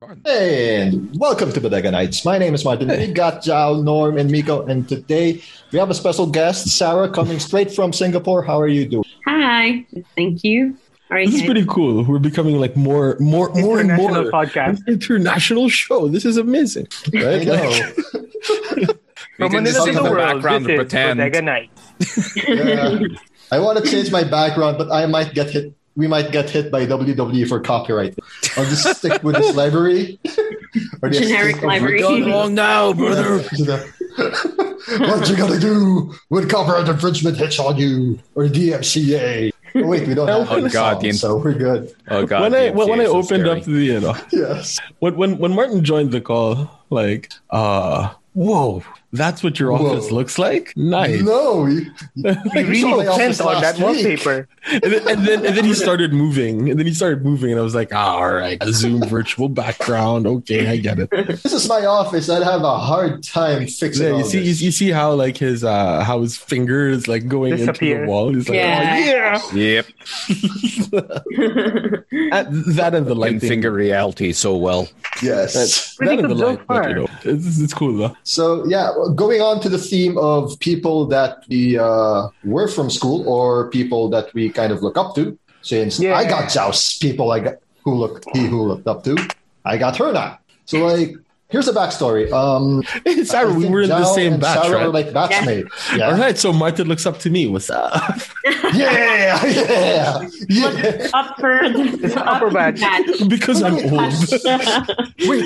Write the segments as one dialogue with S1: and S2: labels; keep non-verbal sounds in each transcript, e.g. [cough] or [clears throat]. S1: Pardon.
S2: And welcome to Bodega Nights. My name is Martin. We got Jao, Norm, and Miko. And today we have a special guest, Sarah, coming straight from Singapore. How are you doing?
S3: Hi, thank you. All right,
S4: This is
S3: guys.
S4: pretty cool. We're becoming like more, more, more and more
S5: International podcast.
S4: international show. This is amazing.
S2: I know.
S1: We
S5: From
S1: can
S5: Manila
S1: just
S5: to
S1: in
S5: the
S1: the
S5: world,
S1: background
S5: this is
S1: pretend.
S5: Bodega Night.
S2: Yeah. I want to change my background, but I might get hit. We might get hit by WWE for copyright. I'll just stick with this library. [laughs] or the escape
S3: Generic
S2: of- [laughs]
S3: library.
S4: now,
S2: what you gonna do when copyright infringement hits on you or DMCA? Oh, wait, we don't have
S4: Oh,
S2: any
S1: God,
S2: song,
S1: the-
S2: so we're good.
S1: Oh god.
S4: when I
S1: DMCA
S4: when, when I
S1: is so
S4: opened
S1: scary.
S4: up the you know
S2: Yes.
S4: when when when Martin joined the call, like uh whoa, that's what your
S2: Whoa.
S4: office looks like. Nice.
S2: No, you,
S4: [laughs]
S5: We really sent on that wallpaper.
S4: and, then, and then and then he started moving, and then he started moving, and I was like, ah, all right, a Zoom virtual background. Okay, I get it.
S2: This is my office. I'd have a hard time fixing
S4: There,
S2: all
S4: you see, you,
S2: this.
S4: you see how like his uh how his finger is like going into
S5: Disappear.
S4: the wall. He's like,
S3: Yeah.
S1: Yep.
S3: [laughs]
S4: oh, yeah. At- that and the
S1: Can
S4: lighting.
S1: finger reality so well.
S2: yes.
S4: That and the
S5: Pretty good so
S4: light, but, you
S5: far.
S4: know, it's, it's cool though.
S2: So yeah, well, going on to the theme of people that we uh, were from school or people that we kind of look up to. Since
S5: Yeah.
S2: I got Joust, people I got who look he who looked up to. I got her now. So like, here's the backstory. Um,
S4: Sarah,
S2: I
S4: we
S2: think
S4: were in the
S2: Zhao
S4: same
S2: and
S4: batch,
S2: Sarah
S4: right?
S2: were like batchmates. Yeah.
S4: All [laughs] right, so Martin looks up to me. What's up? [laughs]
S2: yeah, yeah, yeah.
S3: [laughs] upper,
S5: It's an upper batch.
S4: because I'm
S2: [laughs]
S4: old. [laughs]
S2: Wait,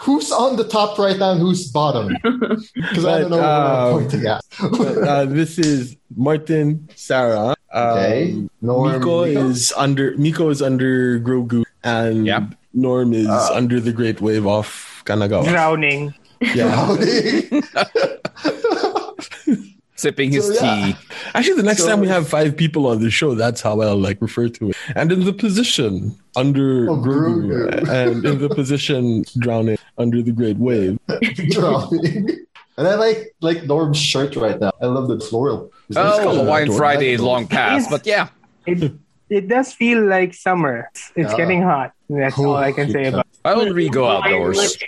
S2: who's on the top right now? and Who's bottom? Because I
S4: But,
S2: don't know what I'm
S4: um,
S2: pointing at.
S4: uh, this is Martin, Sarah.
S2: [laughs]
S4: Um,
S2: okay, Norm,
S4: Miko
S2: [laughs]
S4: is under Miko is under Grogu, and
S1: Yep.
S4: Norm is
S2: Ah.
S4: under the Great Wave off Kanagawa.
S5: Drowning.
S4: Yeah.
S2: [laughs]
S1: Sipping his
S2: So, yeah.
S1: tea.
S4: Actually, the next
S2: So-
S4: time we have five people on the show, that's how I'll like refer to it. And in the position under
S2: Oh,
S4: Grogu,
S2: Grogu.
S4: and in the position drowning under the Great Wave.
S2: drawing. And I like like Norm's shirt right now. I love the floral. Is this
S1: Oh,
S2: colored?
S1: Hawaiian
S4: Adorable.
S1: Friday is long past, but yeah.
S5: It, it does feel like summer. It's, it's
S2: Yeah.
S5: getting hot. That's all I can say about.
S1: Why don't we
S3: [laughs]
S1: go outdoors?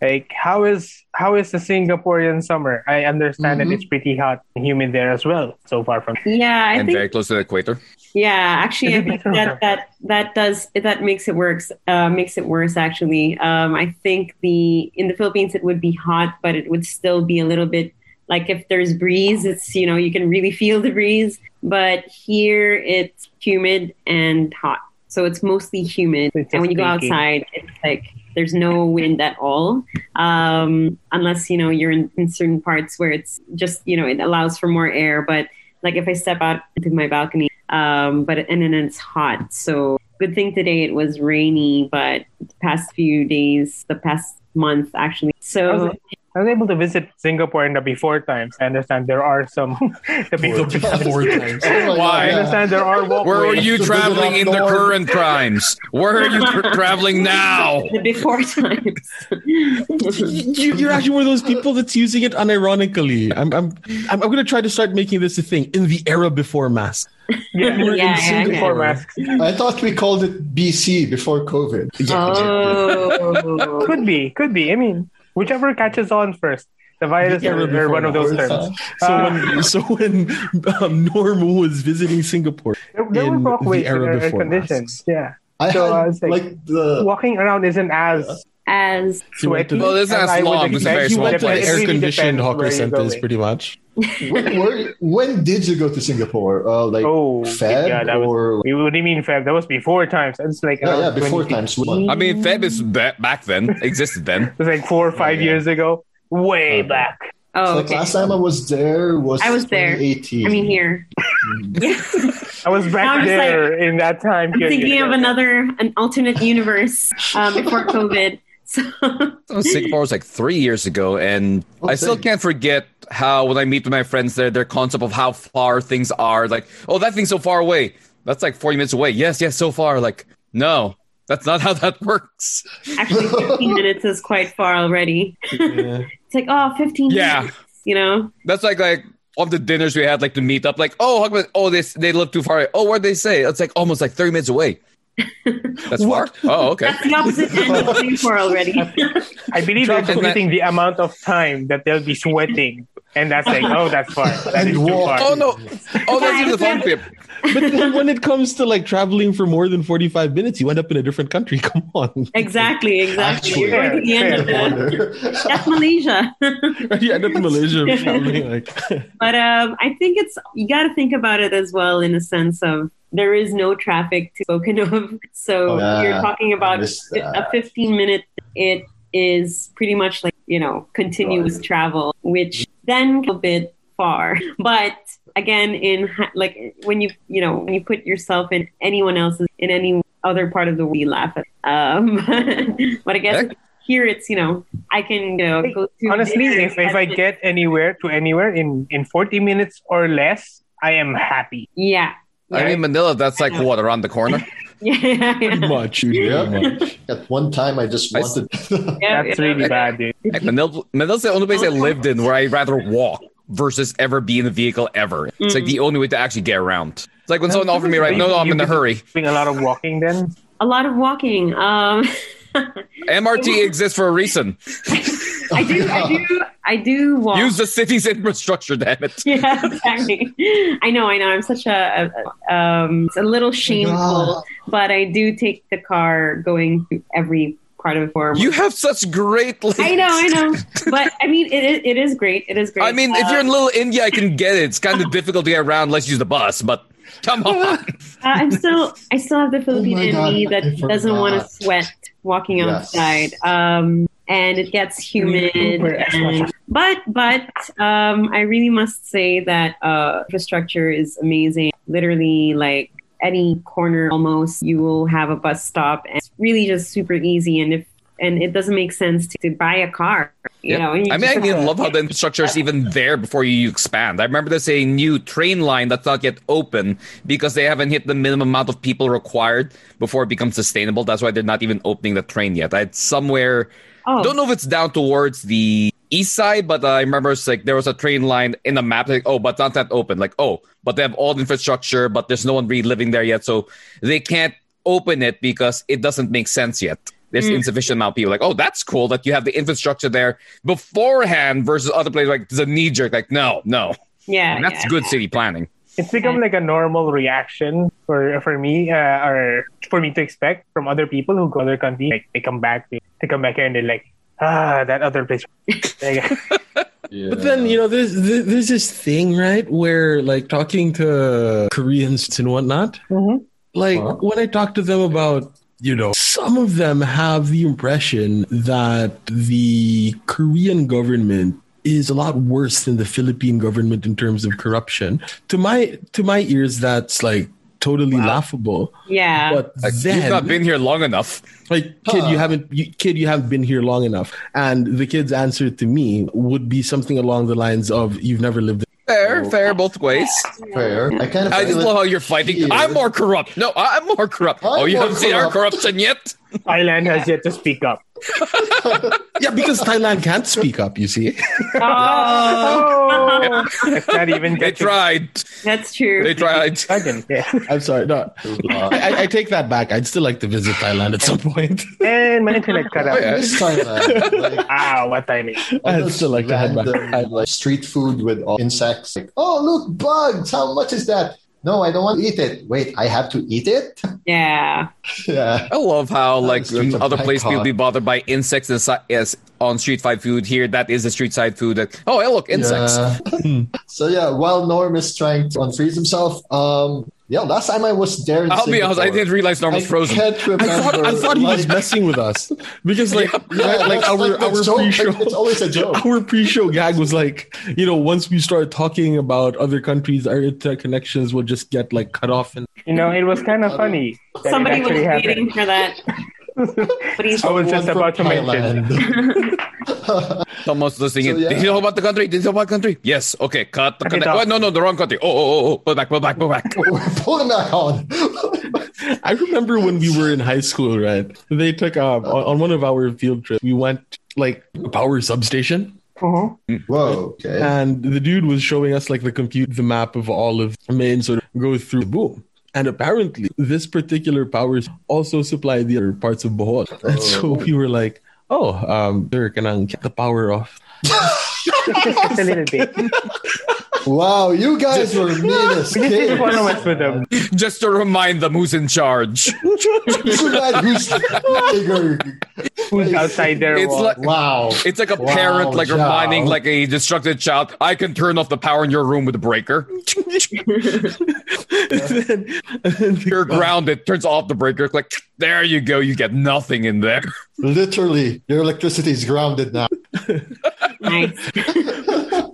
S5: Like how is how is the Singaporean summer? I understand
S2: Mhm.
S5: that it's pretty hot and humid there as well. So far from
S3: yeah, I
S1: and
S3: think.
S1: very close to the equator.
S3: Yeah, actually, I think that that that does that makes it works uh, makes it worse. Actually, um, I think the in the Philippines it would be hot, but it would still be a little bit like if there's breeze, it's you know you can really [laughs] feel the breeze. But here it's humid and hot, so it's mostly humid.
S5: It's
S3: and when you go
S5: just
S3: outside, it's like there's no wind at all, um, unless you know you're in, in certain parts where it's just you know it allows for more air. But like if I step out into my balcony, um, but and then it's hot. So good thing today it was rainy, but the past few days, the past month actually.
S5: I
S3: So
S5: was, I was able to visit Singapore in the before times. I understand there are some [laughs] the before times.
S2: Oh my
S1: Why?
S5: I
S2: God, yeah.
S5: understand there are walkways.
S1: Where are you
S2: Just look it
S1: traveling
S2: up
S1: in the
S2: north.
S1: current times? Where are you tra- traveling now?
S3: [laughs] the before times.
S4: [laughs] You, you're actually one of those people that's using it unironically. I'm, I'm, I'm, I'm going to try to start making this a thing in the era before mass.
S5: Yeah,
S4: We're in
S3: Yeah, yeah,
S4: Singapore.
S5: before masks.
S2: I thought we called it BC before COVID.
S5: Uh,
S3: oh,
S5: Could be, could be. I mean, whichever catches on first. The virus
S4: Yeah,
S5: or, or
S4: before
S5: one of those
S2: Or,
S5: terms.
S2: uh,
S4: So
S5: Ah.
S4: when, so when um, Norm was visiting Singapore,
S5: There, there were
S4: In
S5: walkways
S4: the era
S5: that are
S4: before masks.
S5: conditions. Yeah.
S2: I
S5: So I
S2: had
S5: was like-
S2: like the
S5: Walking around isn't as
S3: as
S4: he went to
S5: sweaty.
S1: Well, Oh, this is
S5: as
S1: as
S5: I would
S1: long, it's a very
S5: expect.
S4: he
S1: small
S4: went to an
S1: place.
S5: It
S4: air
S5: really
S4: conditioned
S5: depends where
S4: hawker
S5: you're
S4: centers,
S5: going.
S4: pretty much.
S2: when, where, when did you go to Singapore? Uh, like
S5: Oh,
S2: Feb
S5: yeah, that was.
S2: or
S5: We would mean Feb. That was before times. It's like uh,
S2: yeah, yeah,
S5: around
S2: before
S5: 20
S2: times one.
S1: I mean, Feb is ba- back then, existed then.
S5: It was like four or five
S2: yeah.
S5: years ago. Way
S2: Okay.
S5: back.
S3: oh,
S2: So
S3: okay.
S2: last time I was there was
S3: I was there.
S2: 2018.
S3: I
S2: [laughs]
S3: mean here. Yeah.
S5: I was
S3: Now I'm
S5: back
S3: just
S5: there in that time
S3: I'm
S5: period.
S3: thinking of another an alternate universe um, before COVID. So
S1: Oh, Singapore was like three years ago, and
S2: Oh,
S1: I still
S2: same.
S1: can't forget how when I meet with my friends there, their concept of how far things are. Like, oh, that thing's so far away. That's like forty minutes away. Yes, yes, so far. Like, no, that's not [laughs] how that works.
S3: actually 15 minutes is quite far already. It's like, oh, 15
S1: Yeah.
S3: minutes, you know?
S1: That's like like of the dinners we had, like to meet up. Like, oh, how come, oh, they they live too far. Away. Oh, what would they say? It's like almost like thirty minutes away. That's what? Oh, okay.
S3: That's the opposite end of Singapore
S5: [laughs]
S3: already.
S5: I believe
S1: Drop
S5: they're
S1: it,
S5: computing the amount of time that they'll be sweating, and that's like, oh, that's far. That
S2: And
S5: is too
S2: walk.
S5: far.
S1: Oh no! Oh, that's even the fun pip.
S4: But then when it comes to like traveling for more than 45 minutes, you end up in a different country. [laughs] Come on.
S3: Exactly, exactly. You're
S5: Actually,
S3: going to the
S5: fair,
S3: end of
S5: fair.
S3: that.
S2: Border.
S3: That's Malaysia. [laughs]
S4: you end up in Malaysia traveling like [laughs]
S3: but um, I think it's you got to think about it as well in a sense of there is no traffic to spoken of, [laughs] so
S2: Oh, yeah.
S3: you're talking [laughs] about
S2: missed
S3: fi-
S2: that.
S5: Uh,
S3: a 15 minute. It is pretty much like you know continuous
S2: Right.
S3: travel, which then a bit far, [laughs] but. Again, in ha- like when you you know when you put yourself in anyone else's in any other part of the world, you laugh at. Um, [laughs] but I guess
S1: Heck.
S3: here it's you know I can you know, go to
S5: Honestly, if, if I
S3: get.
S5: get anywhere to anywhere in, in 40 minutes or less, I am happy.
S3: Yeah. [laughs]
S1: I mean, Manila. That's like what around the corner.
S3: yeah. yeah,
S4: pretty much. Pretty
S2: Yeah.
S4: much.
S2: At one time, I just
S1: I s-
S2: wanted. [laughs]
S3: Yeah,
S5: That's
S3: yeah.
S5: really bad, dude.
S1: Like Manila, Manila's the only place I lived in where I'd rather walk versus ever be in a vehicle ever. It's like the
S3: Mm.
S1: only way to actually get around. It's like when someone offered me, right? No, no, I'm in a hurry.
S5: Doing a lot of walking then.
S3: A lot of walking. Um, [laughs]
S1: MRT exists for a reason.
S3: I do, I do, I do walk.
S1: Use the city's [laughs] infrastructure, damn it.
S3: yeah, exactly. I know, I know. I'm such a, a um, it's a little shameful, but I do take the car going to every part of the forum.
S1: You have such great. Like,
S3: I know,
S1: [laughs]
S3: I know. But I mean, it, is- it is great. It is great.
S1: I mean, if you're in Little India, I can get it. It's kind of difficult to get around unless you use the bus, but
S3: [laughs]
S1: come on.
S3: Uh, I'm still, I
S2: [laughs]
S3: still have the Philippine
S2: Oh my
S3: in
S2: God,
S3: me
S2: I
S3: that
S2: forgot.
S3: doesn't want to sweat walking
S2: Yes.
S3: outside. Um, and it gets humid.
S5: Uber as much
S3: and- but, but um, I really must say that uh, infrastructure is amazing. Literally, like any corner almost, you will have a bus stop, and it's really just super easy. And if and it doesn't make sense to, to buy a car, you
S1: Yep.
S3: know. you
S1: I mean, I
S3: just-
S1: even love how the infrastructure is even there before you expand. I remember there's a new train line that's not yet open because they haven't hit the minimum amount of people required before it becomes sustainable. That's why they're not even opening the train yet. It's somewhere,
S3: oh,
S1: don't know if it's down towards the east side, but I remember it's like there was a train line in the map, like, oh, but not that open. Like, oh, but they have all the infrastructure, but there's no one really living there yet. So they can't open it because it doesn't make sense yet. There's
S3: Mm.
S1: insufficient amount of people. Like, oh, that's cool that you have the infrastructure there beforehand versus other places. Like, it's a knee jerk. Like, no, no,
S3: yeah,
S1: that's
S3: yeah.
S1: good city planning.
S5: It's become like a normal reaction for for me uh, or for me to expect from other people who go to other countries. Like they come back, they, they come back here and they're like, ah, that other place. Like, [laughs]
S4: But then you know, there's there- there's this thing right where like talking to Koreans and whatnot.
S5: Mhm.
S4: Like
S2: Huh?
S4: when I talk to them about you know, some of them have the impression that the Korean government is a lot worse than the Philippine government in terms of corruption. To my to my ears, that's like totally laughable.
S3: Yeah,
S4: But
S1: Like,
S4: then,
S1: you've not been here long enough.
S4: like kid,
S2: Huh.
S4: you haven't, you, kid, you haven't been here long enough. And the kid's answer to me would be something along the lines of, "You've never lived."
S1: Fair, fair, both ways.
S2: fair. I kind of.
S1: I just
S2: feel it-
S1: love how you're fighting.
S2: Yeah.
S1: I'm more corrupt. No, I- I'm more corrupt.
S2: I'm
S1: oh, you
S2: more
S1: haven't seen our
S2: corrupt.
S1: corruption yet?
S5: Thailand has yet to speak up.
S4: [laughs] Yeah, because Thailand can't speak up. You see,
S3: oh,
S4: [laughs]
S5: [laughs] Oh, it's not even
S1: [laughs] They
S5: get to
S1: tried.
S3: that's true.
S1: They tried.
S2: [laughs]
S5: Dragon. Yeah.
S2: Eh,
S4: I'm sorry. No,
S2: Uh,
S4: I, I take that back. I'd still like to visit Thailand at some point. [laughs]
S5: And my internet cut
S1: [laughs] Oh,
S5: out.
S1: yeah.
S2: This time, uh,
S1: [laughs]
S2: like,
S5: Ah, what timing?
S2: all
S4: I'd
S2: those
S4: still like to head back.
S2: random,
S4: I'd
S2: like street food with all insects. Like, oh look, bugs! How much is that? No, I don't want to eat it. Wait, I have to eat it? [laughs]
S3: Yeah.
S2: yeah.
S1: I love how like
S2: streets of
S1: in other places
S2: Bangkok.
S1: people be bothered by insects and si- as on street side food. Here, that is the street side food. That, oh, hey, look, insects.
S2: Yeah. Hmm. so yeah, while Norm is trying to unfreeze himself, um, yeah, last time I was there. In
S1: I'll be honest, I
S2: Singapore,
S1: didn't realize Norm was
S2: I
S1: frozen.
S2: Can't
S4: I
S2: remember.
S4: thought, I thought he was
S2: like-
S4: messing with us because, like,
S2: Yeah,
S4: yeah, like
S2: that's
S4: our
S2: the
S4: our
S2: joke,
S4: pre-show.
S2: like,
S4: [laughs]
S2: It's always a joke.
S4: our pre-show gag was like, you know, once we start talking about other countries, our interconnections will just get like cut off. And
S5: You know, it was kind of funny. that it
S3: Somebody was
S5: actually Oh, happened.
S3: waiting for that.
S5: [laughs]
S3: Somebody's
S5: I was just
S2: Someone
S5: about to
S2: from
S5: mention.
S2: Thailand.
S1: Someone's listening.
S2: So,
S1: in. Did
S2: yeah.
S1: you know about the country? Did you know about country? Yes. Okay. Cut the
S5: Okay,
S1: connect.
S5: dog.
S1: Oh, no, no, the wrong country. Oh, oh, oh, oh. Pull back, pull back, pull back. [laughs]
S2: We're pulling back on.
S4: I remember when we were in high school, right? They took um, on, on one of our field trips. We went like a power substation,
S5: Mhm.
S2: [laughs] Whoa. Okay.
S4: and the dude was showing us like the compute, the map of all of Maine, sort of go through. Boom. And apparently, this particular powers also supply the other parts of Bohol. And so we were like, oh, um, sir, can I get the power off? [laughs]
S5: Just a little
S2: [laughs]
S5: bit.
S2: Wow, you guys were mean as
S5: We just didn't want to
S2: kids. [laughs]
S5: mess with them.
S1: Just to remind them who's in charge.
S2: Forgot who's bigger.
S5: Who's outside their
S1: It's
S5: wall?
S1: like
S2: Wow.
S1: it's like a
S2: Wow,
S1: parent like
S2: child.
S1: reminding like a distracted child, I can turn off the power in your room with a breaker.
S4: and then, and then the-
S1: You're grounded, turns off the breaker, like there you go, you get nothing in there. [laughs]
S2: Literally, your electricity is grounded now.
S3: nice.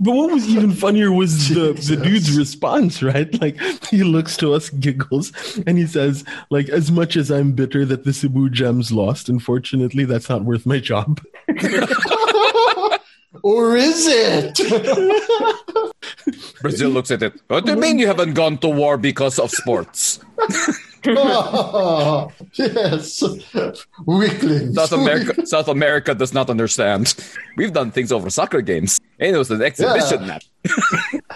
S4: But what was even funnier
S2: [laughs]
S4: was the,
S2: Jesus.
S4: the dude's response, right? [laughs] Like he looks to us, giggles, and he says, like, as much as I'm bitter that the Cebu gems lost, unfortunately that's not worth my job.
S2: or is it? [laughs]
S1: Brazil looks at it. What do you mean you haven't gone to war because
S2: [laughs]
S1: of sports?
S2: Oh, [laughs] yes. Weaklings.
S1: South America South America does not understand. We've done things over soccer games. And it was an exhibition
S2: Yeah.
S1: match.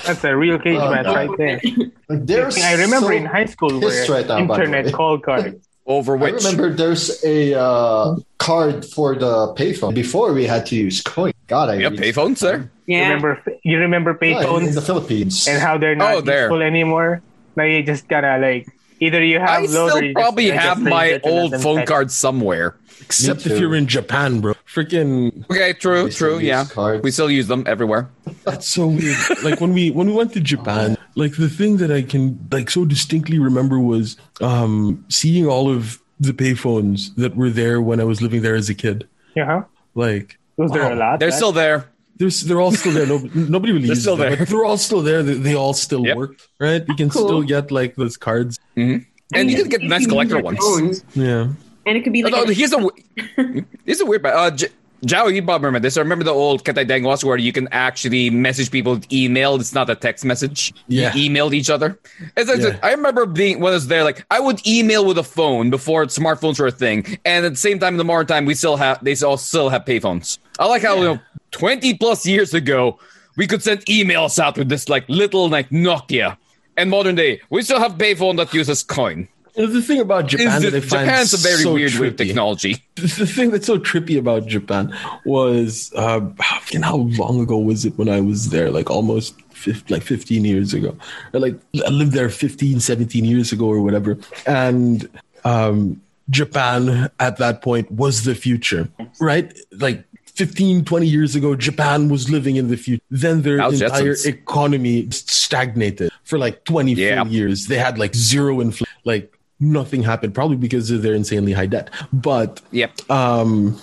S5: That's a real cage
S2: Oh,
S5: match
S2: no.
S5: right there.
S2: There's
S5: I remember
S2: so-
S5: in high school where
S2: pissed right now, by the way.
S5: internet call cards.
S1: Over
S2: I
S1: which
S2: remember there's a uh, card for the payphone. Before we had to use coin. God, I
S1: yeah,
S2: read-
S1: payphones there.
S5: You
S3: Yeah.
S5: Remember, you remember
S2: Oh, Yeah, in
S5: payphones
S2: the Philippines.
S5: and how they're not
S1: Oh, there.
S5: useful anymore. Now you just gotta like either you have
S1: I
S5: load or
S1: still
S5: you
S1: probably
S5: just,
S1: have
S5: just
S1: my
S5: research and
S1: old
S5: then
S1: phone
S5: type.
S1: card somewhere.
S4: Except
S2: too.
S4: if you're in Japan, bro. Freaking
S1: Okay, true,
S2: We still
S1: true,
S2: use
S1: yeah.
S2: cards.
S1: We still use them everywhere.
S4: that's so
S2: [laughs]
S4: weird. like when we when we went to Japan, like the thing that I can like so distinctly remember was um seeing all of the payphones that were there when I was living there as a kid.
S5: Uh-huh.
S4: Like
S5: Was there a lot?
S1: They're
S5: right?
S1: still there.
S4: They're, s- they're all still there. No, [laughs] nobody really
S1: They're
S4: uses
S1: still
S4: them,
S1: there.
S4: but they're all still there. They, they all still
S1: Yep.
S4: work, right? You can
S3: Cool.
S4: still get like those cards.
S1: And you
S3: I mean,
S1: can get
S3: you
S1: nice
S3: can
S1: collector
S3: use
S1: ones.
S3: your own.
S4: Yeah.
S3: And it could be like
S1: No,
S3: a-
S1: no, here's a
S4: [laughs]
S1: w- here's a weird. Uh, J- Jao, you probably remember this. I remember the old Ketai Dangwas where you can actually message people with email. It's not a text message.
S4: Yeah.
S1: You emailed each other. It's, it's-
S4: Yeah.
S1: I remember being when I was there, like I would email with a phone before smartphones were a thing. And at the same time, in the modern time, we still have they all still have payphones. I like how you know, twenty plus years ago we could send emails out with this like little like Nokia. And modern day, we still have payphone that uses coin.
S4: And the thing about
S1: Is
S4: Japan that I
S1: it,
S4: find
S1: Japan's a very
S4: so
S1: weird
S4: trippy,
S1: with technology.
S4: The thing that's so trippy about Japan was uh, [sighs] fucking how long ago was it when I was there? Like almost 50, like 15 years ago. Or, like I lived there 15, 17 years ago or whatever. And um, Japan at that point was the future, right? Like 15, 20 years ago, Japan was living in the future. Then their
S1: Now
S4: entire
S1: Jetsons.
S4: economy stagnated for like 24
S1: Yeah.
S4: years. They had like zero inflation, like nothing happened, probably because of their insanely high debt. But
S1: Yep. Uh,
S4: um,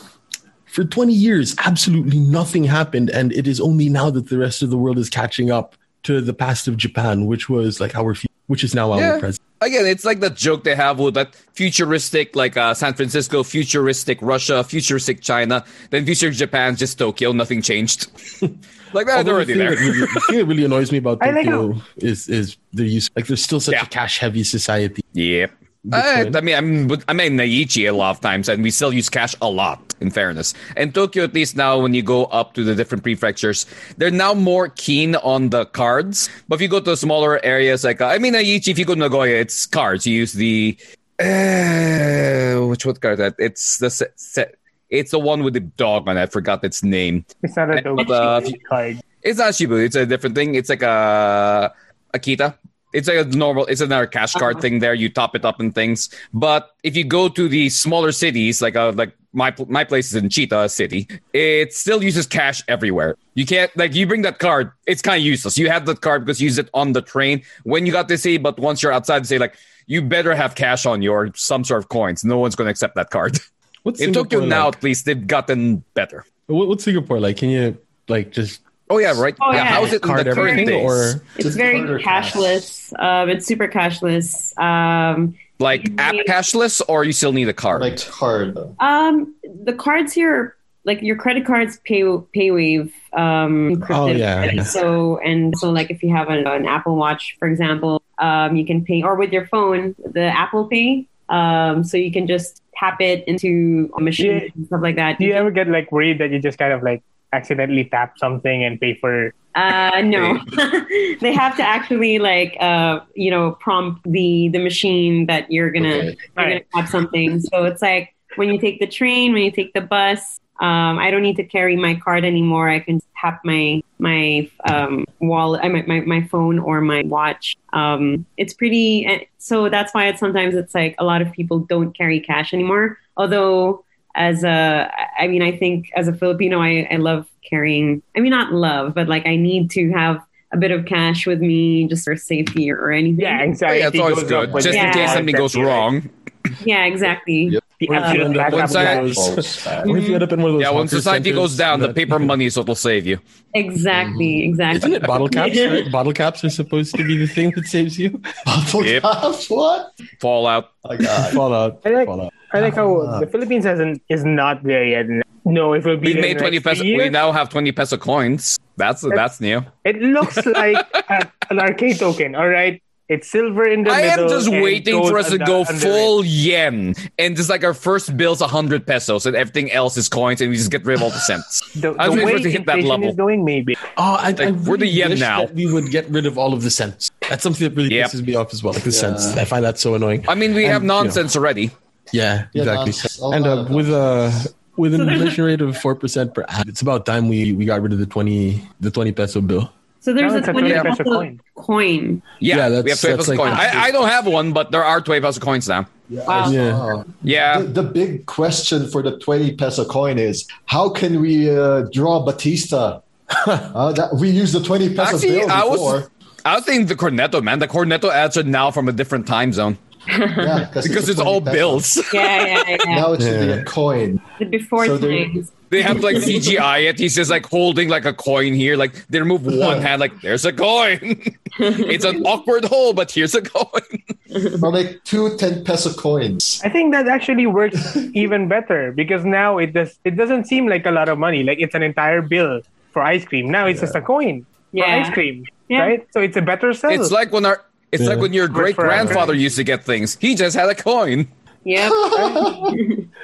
S4: for 20 years, absolutely nothing happened. And it is only now that the rest of the world is catching up to the past of Japan, which was like our, fu- which is now our
S1: Yeah.
S4: present.
S1: Again, it's like that joke they have with that futuristic, like uh, San Francisco, futuristic Russia, futuristic China, then futuristic Japan, just Tokyo, nothing changed. [laughs] like that
S4: Although
S1: already
S4: the, thing
S1: there.
S4: That really, the thing that really annoys me
S1: [laughs]
S4: about
S5: I like
S4: Tokyo is is their use. Like, there's still such
S1: Yeah.
S4: a cash-heavy society.
S1: yeah. I,
S4: point.
S1: I mean, I'm with- I'm in Naichi a lot of times, and we still use cash a lot. In fairness, and Tokyo at least now, when you go up to the different prefectures, they're now more keen on the cards. But if you go to smaller areas, like uh, I mean, Naichi, if you go to Nagoya, it's cards. You use the uh, which what card that? It's the se- se- it's the one with the dog on. it. I forgot its name.
S5: It's not a
S1: [laughs] But,
S5: dog
S1: uh,
S5: card.
S1: It's not Shibu. It's a different thing. It's like a Akita. It's like a normal. It's another cash card
S3: Uh-huh.
S1: thing. There, you top it up and things. But if you go to the smaller cities, like uh, like my pl- my place is in Cheetah City, it still uses cash everywhere. You can't like you bring that card. It's kind of useless. You have that card because you use it on the train when you got to city. But once you're outside, the city, like you better have cash on you or some sort of coins. No one's going to accept that card.
S4: What's
S1: in
S4: Singapore
S1: Tokyo now,
S4: Like?
S1: at least they've gotten better.
S4: What, what's Singapore like? Can you like just
S1: Oh yeah, right.
S3: Oh, yeah.
S1: How is it in
S4: card
S1: the current
S4: everything,
S1: days?
S4: or
S3: it's
S2: Just
S3: very
S2: harder cash.
S3: cashless. Um, it's super cashless. Um,
S1: like app cashless or you still need a card
S2: Like card.
S5: [laughs]
S3: um, the cards here, are, like your credit cards, pay paywave. Um, encrypted.
S4: [laughs] Oh, yeah,
S3: And
S4: yeah.
S3: So and so, like if you have an, an Apple Watch, for example, um, you can pay or with your phone, the Apple Pay. Um, so you can just tap it into a machine
S5: Yeah.
S3: and stuff like that.
S5: Do
S3: You
S5: you
S3: can-
S5: ever get like worried that you just kind of like accidentally tap something and pay for
S3: Uh, no, [laughs] they have to actually like uh, you know prompt the the machine that you're gonna
S2: Okay.
S3: you're
S5: Right.
S3: gonna have something. So it's like when you take the train, when you take the bus. Um, I don't need to carry my card anymore. I can tap my my um, wallet, I mean, my my phone or my watch. Um, it's pretty. and So that's why it's sometimes it's like a lot of people don't carry cash anymore. Although as a, I mean, I think as a Filipino, I I love carrying. I mean, not love, but like I need to have a bit of cash with me just for safety or anything.
S5: yeah anxiety.
S1: yeah, it's always
S5: goes up
S1: good.
S5: when
S1: Just
S5: you
S1: in
S3: Yeah.
S1: case
S5: have
S1: something goes
S5: anxiety, right?
S1: wrong.
S3: Yeah, exactly.
S2: Yep.
S5: The
S4: What if you
S5: absolute
S4: end up
S5: lack
S4: in
S5: of
S1: Once I-
S4: one of
S2: That
S4: those-
S2: falls back. [laughs]
S4: what if you end up in one of those?
S1: Yeah, when
S4: hawker
S1: society
S4: centers
S1: goes down, the
S4: that-
S5: [laughs]
S1: paper money sort will save you.
S3: Exactly. Exactly.
S4: [laughs] Isn't it
S1: [laughs]
S3: [laughs]
S4: bottle caps?
S3: Yeah.
S4: Right? Bottle caps are supposed to be the thing that saves you.
S2: Bottle
S1: Yep.
S2: caps? [laughs] What?
S1: Fallout.
S2: Oh,
S5: [laughs]
S2: God.
S4: Fallout.
S5: I like-
S4: Fallout.
S5: I like how
S2: Ah.
S5: the Philippines hasn't is not there yet. No, it will be.
S1: We
S5: there
S1: made
S5: in the
S1: twenty
S5: next
S1: peso.
S5: year.
S1: We now have twenty peso coins. That's that's new.
S5: It looks like a, an arcade token. All right, it's silver in the
S1: I
S5: middle.
S1: am just
S5: and
S1: waiting
S5: gold
S1: for us to
S5: under-
S1: go
S5: under it.
S1: full yen, and just like our first bill's hundred pesos, and everything else is coins, and we just get rid of all the cents.
S5: The,
S1: I was waiting for
S5: the way
S1: us to hit that
S5: inflation
S1: level.
S5: is going, maybe.
S4: Oh, I, I
S1: Like, we're the
S4: really
S1: yen
S4: wish
S1: now.
S4: That we would get rid of all of the cents. That's something that really
S1: Yep.
S4: pisses me off as well. Like the
S2: Yeah.
S4: cents, I find that so annoying.
S1: I mean, we
S4: And,
S1: have
S4: you know.
S1: nonsense already.
S4: Yeah,
S2: Yeah,
S4: exactly.
S2: nonsense. All
S4: and uh,
S2: that
S4: with a with an
S1: [laughs]
S3: So there's a-
S4: inflation rate of four percent per annum, it's about time we, we got rid of the twenty the twenty peso bill.
S3: So there's
S5: Now
S3: a
S5: it's a
S3: 20
S5: 20
S3: peso
S5: peso coin.
S3: coin.
S1: Yeah, we
S4: Yeah,
S1: have
S4: that's-
S1: twenty
S4: that's
S1: peso
S4: like-
S1: coins. I, I don't have one, but there are twenty peso coins now.
S3: Wow.
S4: Yeah.
S1: Yeah,
S2: The, the big question for the 20 peso coin is how can we uh, draw Batista? Uh, that, we used the 20 peso
S1: Actually,
S2: bill
S1: I was- [laughs]
S2: before.
S1: I was thinking the cornetto, man. The cornetto ads are now from a different time zone
S2: Yeah,
S1: because
S2: the
S1: it's all
S2: 20 peso.
S1: bills. [laughs]
S3: Yeah, yeah,
S2: [laughs]
S3: yeah.
S2: Now it's
S4: Yeah.
S2: really a coin.
S3: the before
S2: so there-
S3: times.
S1: They have like CGI it. He's just like holding like a coin here. Like they
S4: [laughs]
S1: remove one hand, like there's a coin. [laughs] it's an awkward hole, but here's a
S4: [laughs]
S1: coin.
S2: Or like two 10 peso coins. [laughs]
S5: I think that actually works even better because now it does. It doesn't seem like a lot of money. Like it's an entire bill for ice cream. Now it's just a coin for
S3: Yeah.
S5: ice cream,
S3: Yeah.
S5: right? So it's a better sell.
S1: It's like when our it's
S4: Yeah.
S1: like when your great grandfather used to get things. He just had a coin.
S3: Yep.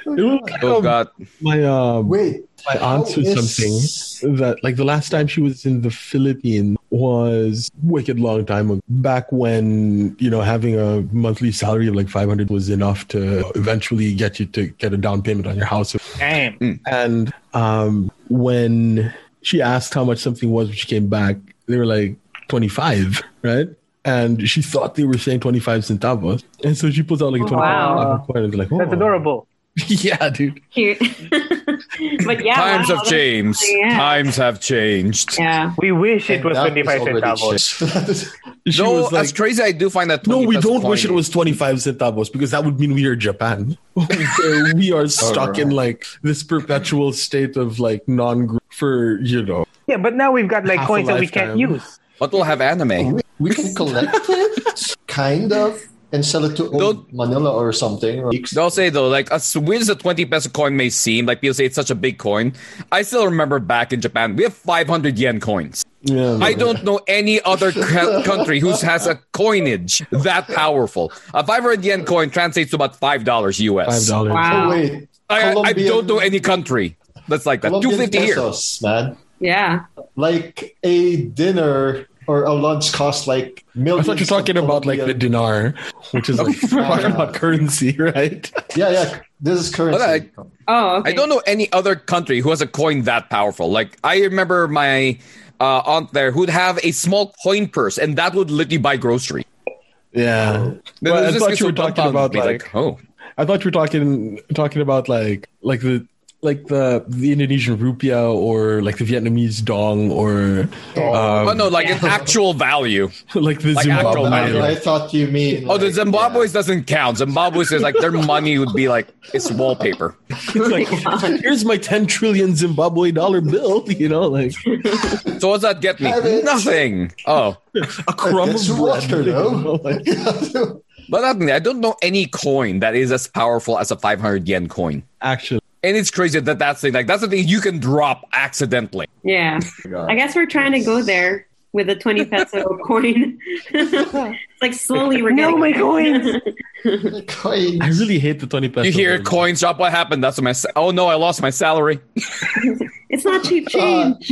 S1: Oh god.
S4: My um,
S2: Wait.
S4: my aunt
S2: how
S4: was
S2: is-
S4: something that like the last time she was in the Philippines was wicked long time ago. Back when you know having a monthly salary of like five hundred was enough to eventually get you to get a down payment on your house.
S5: Damn.
S4: And um, when she asked how much something was when she came back, they were like 25, right? And she thought they were saying 25 centavos. And so she pulls out like a 25
S3: Wow.
S4: centavo coin and they're like, oh.
S5: That's adorable.
S4: [laughs] yeah, dude.
S3: Cute. [laughs] but
S1: Times
S3: yeah. wow,
S1: have
S3: that's-
S1: changed.
S3: yeah.
S1: Times have changed.
S3: Yeah.
S5: We wish it
S2: And
S5: was
S2: that
S5: twenty five
S2: is already [laughs]
S5: centavos.
S2: changed.
S4: She
S1: No,
S4: was
S1: that's
S4: like,
S1: crazy. I do find that.
S4: no,
S1: 20
S4: we
S1: peso
S4: don't wish it
S1: coin-
S4: was 25 centavos because that would mean we are Japan. [laughs] Where we are stuck in like this perpetual state of like non for, you know,
S5: Yeah, but now we've got like
S4: Half a
S5: coins that we can't
S4: lifetime.
S5: use.
S1: But we'll have anime.
S2: we can collect it, [laughs] kind of, and sell it to old
S1: Don't-
S2: Manila or something. or-
S1: They'll say though, like as weird as the twenty peso coin may seem, like people say it's such a big coin. I still remember back in Japan, we have five hundred yen coins.
S4: yeah.
S1: I don't know any other co- country who has a coinage that powerful. A 500 yen coin translates to about $5 US.
S4: $5.
S2: Oh,
S3: Wow.
S2: wait.
S1: I, I
S2: Colombian-
S1: don't know any country that's like that.
S2: Colombian
S1: 250 here.
S2: pesos, man.
S3: Yeah.
S2: Like a dinner or a lunch costs like
S4: I
S2: millions.
S4: thought you're talking
S2: of
S4: about like the
S2: Colombian-
S4: dinar, which is like [laughs] we're talking about currency, right?
S2: yeah, yeah. This is currency.
S1: But
S3: Oh, okay.
S1: I don't know any other country who has a coin that powerful. Like, I remember my uh, aunt there who'd have a small coin purse, and that would literally buy grocery.
S4: Yeah.
S1: It
S4: Well,
S1: was
S4: I
S1: just
S4: thought
S1: like
S4: you were
S1: so
S4: talking
S1: dumbfounded
S4: about
S1: me,
S4: like,
S1: oh.
S4: I thought you were talking talking about like like the like the the Indonesian rupiah or like the Vietnamese dong or
S1: But
S4: um,
S1: Oh, no, like an actual value.
S4: [laughs] like the
S1: Like actual
S2: Oh, man, I
S4: Zimbabwe.
S2: thought you mean.
S1: Oh, the
S2: like, [laughs]
S1: Zimbabweans doesn't count. Zimbabweans is like their money would be like it's wallpaper.
S4: It's like, here's my ten trillion Zimbabwe dollar bill. [laughs] You know, like
S1: So what's that get me?
S2: Have it.
S1: Nothing. Oh,
S4: a crumb
S2: It's
S4: of bread.
S2: water,
S4: you
S2: no?
S4: know, like-
S2: yeah.
S1: but that thing, I don't know any coin that is as powerful as a 500 yen coin.
S4: [laughs] actually,
S1: And it's crazy that that's the like that's the thing you can drop accidentally.
S3: Yeah.
S5: Oh
S3: I guess we're trying to go there with a 20
S5: [laughs]
S3: peso coin. it's like slowly we're
S5: No,
S3: getting.
S5: my coins.
S2: [laughs] Coins.
S4: I really hate the twenty peso.
S1: You hear
S4: bill.
S1: coins drop. What happened? That's what my. Sa- oh no, I lost my salary.
S3: [laughs] It's not cheap
S5: Uh,
S3: change.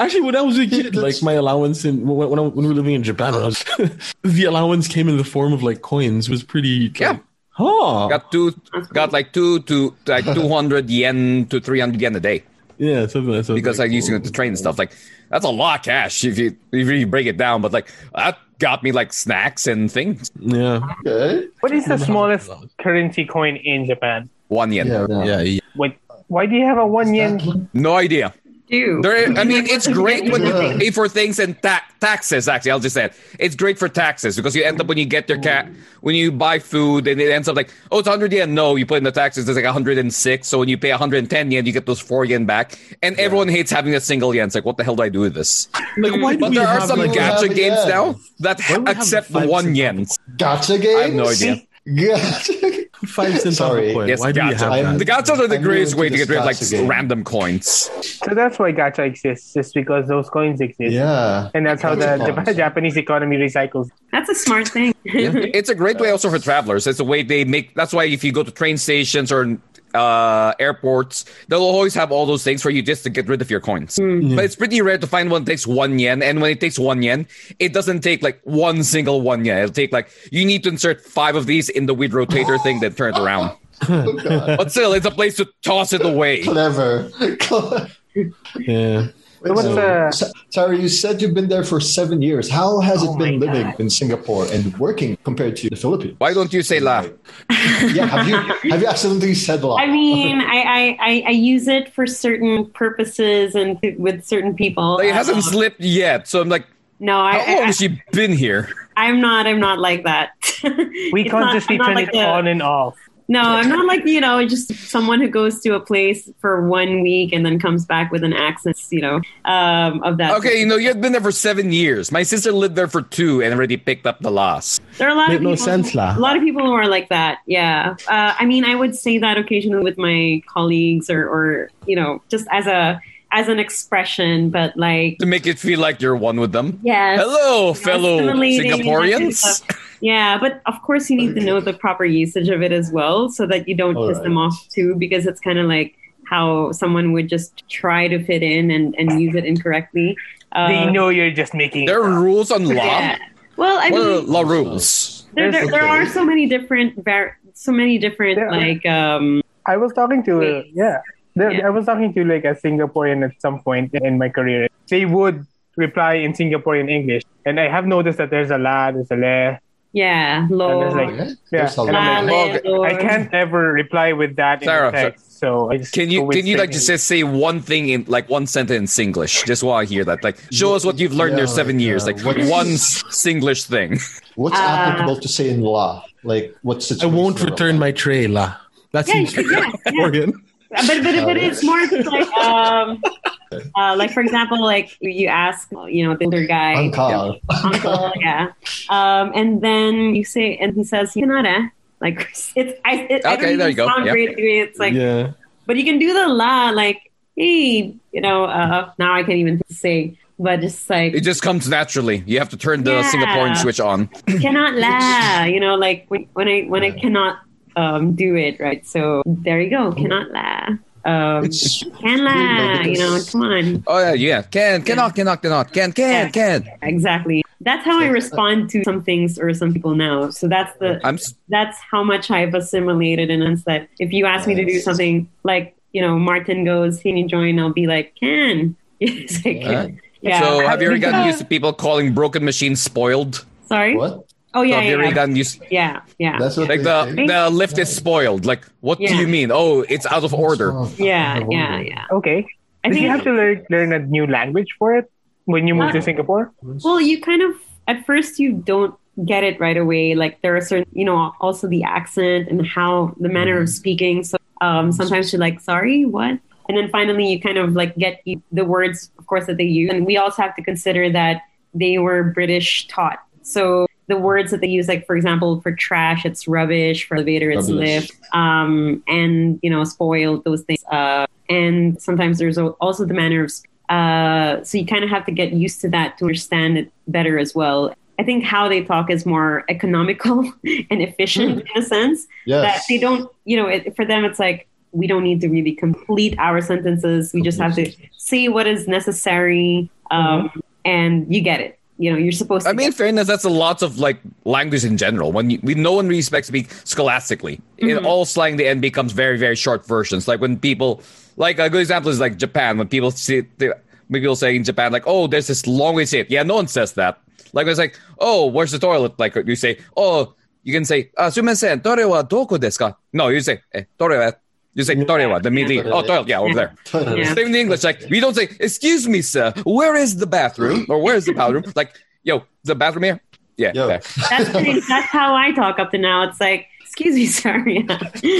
S4: Actually, when I
S1: [laughs]
S4: was a kid, like my allowance in when, when, I, when we were living in Japan, when I was, [laughs] the allowance came in the form of like coins. Was pretty like,
S1: Yeah.
S4: Huh.
S1: Got two, got like two to like two hundred yen to three hundred yen a day
S4: yeah, something like that.
S1: because like using it to train and stuff. Like that's a lot of cash if you if you break it down. But like that got me like snacks and things.
S4: Yeah.
S2: Okay.
S5: What is the smallest
S4: Yeah,
S5: currency coin in Japan?
S1: One yen.
S2: Yeah. yeah.
S4: yeah.
S5: What? Why do you have a one yen?
S1: No idea.
S3: [laughs] Dude.
S1: There, I mean, it's great
S5: [laughs]
S1: when you
S2: Yeah.
S1: pay for things and ta- taxes. Actually, I'll just say it. it's great for taxes because you end up when you get your cat when you buy food and it ends up like oh it's 100 yen. No, you put in the taxes it's like 106. So when you pay 110 yen, you get those four yen back. And everyone hates having a single yen. It's like what the hell do I do with this?
S4: Like, why do
S1: But
S4: we
S1: there are
S4: have,
S1: some
S2: like-
S1: gacha
S2: Yeah,
S1: games
S2: yeah.
S1: now that
S4: Why do we have
S1: accept the
S4: five
S1: one
S4: cent
S1: yen.
S2: Gotcha games?
S1: I have no idea.
S2: [laughs] Gotcha.
S4: five
S2: Sorry.
S4: cent Sorry. coin?
S1: Yes,
S4: why do we
S1: gacha.
S4: have
S2: I'm-
S4: that?
S1: The gachas are the
S2: I'm
S1: greatest
S2: new
S1: way
S2: to
S1: to
S2: this
S1: get rid of like
S2: gacha game.
S1: random
S3: [laughs]
S1: coins.
S5: So that's why gacha exists, just because those coins exist.
S2: Yeah.
S5: And that's how the
S2: Gacha coins.
S5: Jap- [laughs] Japanese economy recycles.
S3: That's a smart thing.
S1: it's a great way also for travelers. It's a way they make. That's why if you go to train stations or uh, airports, they'll always have all those things for you just to get rid of your coins.
S3: Hmm.
S1: But it's pretty rare to find one that takes one yen. And when it takes one yen, it doesn't take like one single one yen. It'll take like you need to insert five of these in the weird rotator thing that turns
S3: [laughs]
S1: around.
S2: Oh, God.
S1: But still, it's a place to toss it away.
S2: Clever.
S4: Yeah.
S2: Wait,
S5: What's, uh,
S2: so, Tari, you said you've been there for seven years. How has
S5: Oh
S2: it been
S5: my
S2: living
S5: God.
S2: in Singapore and working compared to the Philippines?
S1: Why don't you say la?
S2: yeah, have
S3: [laughs]
S2: you have you accidentally said law?
S3: [laughs] I mean, I, I, I, I use it for certain purposes and with certain people.
S1: Like, it hasn't Oh,
S3: Um,
S1: slipped yet. So I'm like,
S3: no,
S1: how
S3: I,
S1: long
S3: I,
S1: has she been here?
S3: I, am not. I'm not like that. [laughs]
S5: We
S3: It's
S5: can't
S3: not-
S5: just be
S3: I'm not
S5: turning
S3: like the-
S5: on and off.
S3: No, I'm not like you know, just someone who goes to a place for one week and then comes back with an accent, you know, um, of that.
S1: Okay, you know, you've been there for seven years. My sister lived there for two and already picked up the loss.
S3: There are a lot
S4: Make
S3: of
S4: no
S3: people,
S4: sense lah.
S3: A lot of people who are like that. Yeah. Uh, I mean, I would say that occasionally with my colleagues or, or you know, just as a as an expression, but like
S1: to make it feel like you're one with them.
S3: yes.
S1: Hello,
S3: you know,
S1: fellow
S3: assimilating and that kind of
S1: Singaporeans.
S3: stuff. Yeah, but of course you need to know the proper usage of it as well, so that you don't
S2: All
S3: piss
S2: right.
S3: them off too, because it's kind of like how someone would just try to fit in and, and use it incorrectly. Uh,
S5: they know you're just making.
S1: There are rules on law.
S3: yeah. Well, I
S1: What
S3: mean,
S1: are the law rules?
S3: there, there, there
S2: Okay.
S3: are so many different var- so many different
S5: There are.
S3: like um
S5: I was talking to uh,
S3: Please.
S5: yeah. There,
S3: Yeah.
S5: I was talking to like a Singaporean at some point in my career. They would reply in Singaporean English, and I have noticed that there's a la, there's a le.
S3: yeah
S5: there's
S3: lord
S5: like-
S2: Okay.
S5: Yeah,
S2: There's a
S5: and I'm
S2: lot.
S5: like,
S1: okay.
S3: Lord.
S5: I can't ever reply with that
S1: Sarah,
S5: in the text. So I just
S1: Can
S5: go
S1: you
S5: with
S1: can you like
S5: Singlish.
S1: just just say one thing in like one sentence in Singlish? Just while I hear that, like show us what you've learned in your
S2: Yeah,
S1: seven
S2: yeah.
S1: years, like
S2: What's-
S1: one s- Singlish thing.
S2: What's
S3: Uh,
S2: applicable to say in law? Like what
S4: I
S2: situation?
S4: won't return my tray, la. That
S3: Yeah,
S4: seems
S3: you should- yeah,
S4: [laughs]
S3: yeah.
S4: Oregon.
S3: but but, but it's more like um uh, like for example like you ask you know the older guy
S2: Uncle.
S3: uncle, yeah. Um, and then you say, and he says, "You cannot, eh?" Like it's, I, it,
S1: Okay,
S3: I don't
S1: there
S3: even
S1: you go.
S3: sound
S1: Yeah.
S3: great to me. It's like,
S4: yeah.
S3: but you can do the la, like, hey, you know, uh, now I can't even say, but just like,
S1: It just comes naturally. You have to turn the
S3: Yeah.
S1: Singaporean switch on. [laughs]
S3: cannot la, you know, like when, when I when I
S2: Yeah.
S3: cannot um, do it, right? So there you go, cannot la. Um,
S2: It's weird,
S3: can la,
S2: though,
S3: you know,
S2: because-
S3: come on,
S1: Oh yeah, yeah. Can cannot cannot cannot can can can.
S3: exactly. That's how I
S1: uh,
S3: respond to some things or some people now. So that's the
S1: I'm s-
S3: that's how much I've assimilated and it's that if you ask me to do something like, you know, Martin goes, can you join? I'll be like, can. [laughs] It's like,
S1: Uh,
S3: yeah.
S1: so. Have you already
S3: [laughs]
S1: gotten used to people calling broken machines spoiled?
S3: Sorry?
S2: What?
S3: Oh,
S1: So
S3: yeah,
S1: have you
S3: yeah,
S1: already
S3: yeah.
S1: gotten used?
S3: Yeah, yeah.
S2: That's what
S1: Like
S2: they say?
S1: the the lift is spoiled. Like what do
S3: Yeah.
S1: you mean? Oh, it's out of order.
S3: yeah, yeah, yeah.
S5: okay.
S3: I
S5: Did
S3: think,
S5: you have to learn learn a new language for it when you move
S3: Yeah.
S5: to Singapore?
S3: well, you kind of, at first, you don't get it right away. Like, there are certain, you know, also the accent and how the manner of speaking. So um, sometimes you're like, sorry, what? And then finally, you kind of like get the words, of course, that they use. And we also have to consider that they were British taught. So the words that they use, like for example, for trash, it's rubbish. For elevator, it's
S2: Rubbish.
S3: lift. Um, and you know, spoiled those things. Uh, and sometimes there's al- also the manner of. sp- Uh, so you kind of have to get used to that to understand it better as well. I think how they talk is more [laughs] economical and efficient in a sense that
S2: Yes.
S3: they don't. You know, it, for them, it's like we don't need to really complete our sentences. We just have to say what is necessary, um, and you get it. You know, you're supposed to.
S1: Mm-hmm. I mean, in
S3: get it.
S1: fairness, that's a lot of like language in general. When you, we, no one really speaks speak scholastically. In
S3: Mhm.
S1: all slang, the end becomes very, very short versions. Like when people, like a good example is like Japan. When people see, they, when people say in Japan, like, oh, there's this long way to say it. Yeah, no one says that. Like it's like, oh, where's the toilet? Like you say, oh, you can say, ah, sumimasen, tore wa doko desu ka? No, you say, eh, tore wa. You say, tore wa, immediately. Oh, toilet, yeah, over there.
S3: Yeah.
S1: Same in English. Like we don't say, "Excuse me, sir, where is the bathroom?" or "Where is the bathroom?" Like, "Yo, the bathroom here." Yeah.
S2: Yo.
S1: there.
S3: That's pretty, that's how I talk up to now. It's like, excuse me, sir. [laughs] Yeah.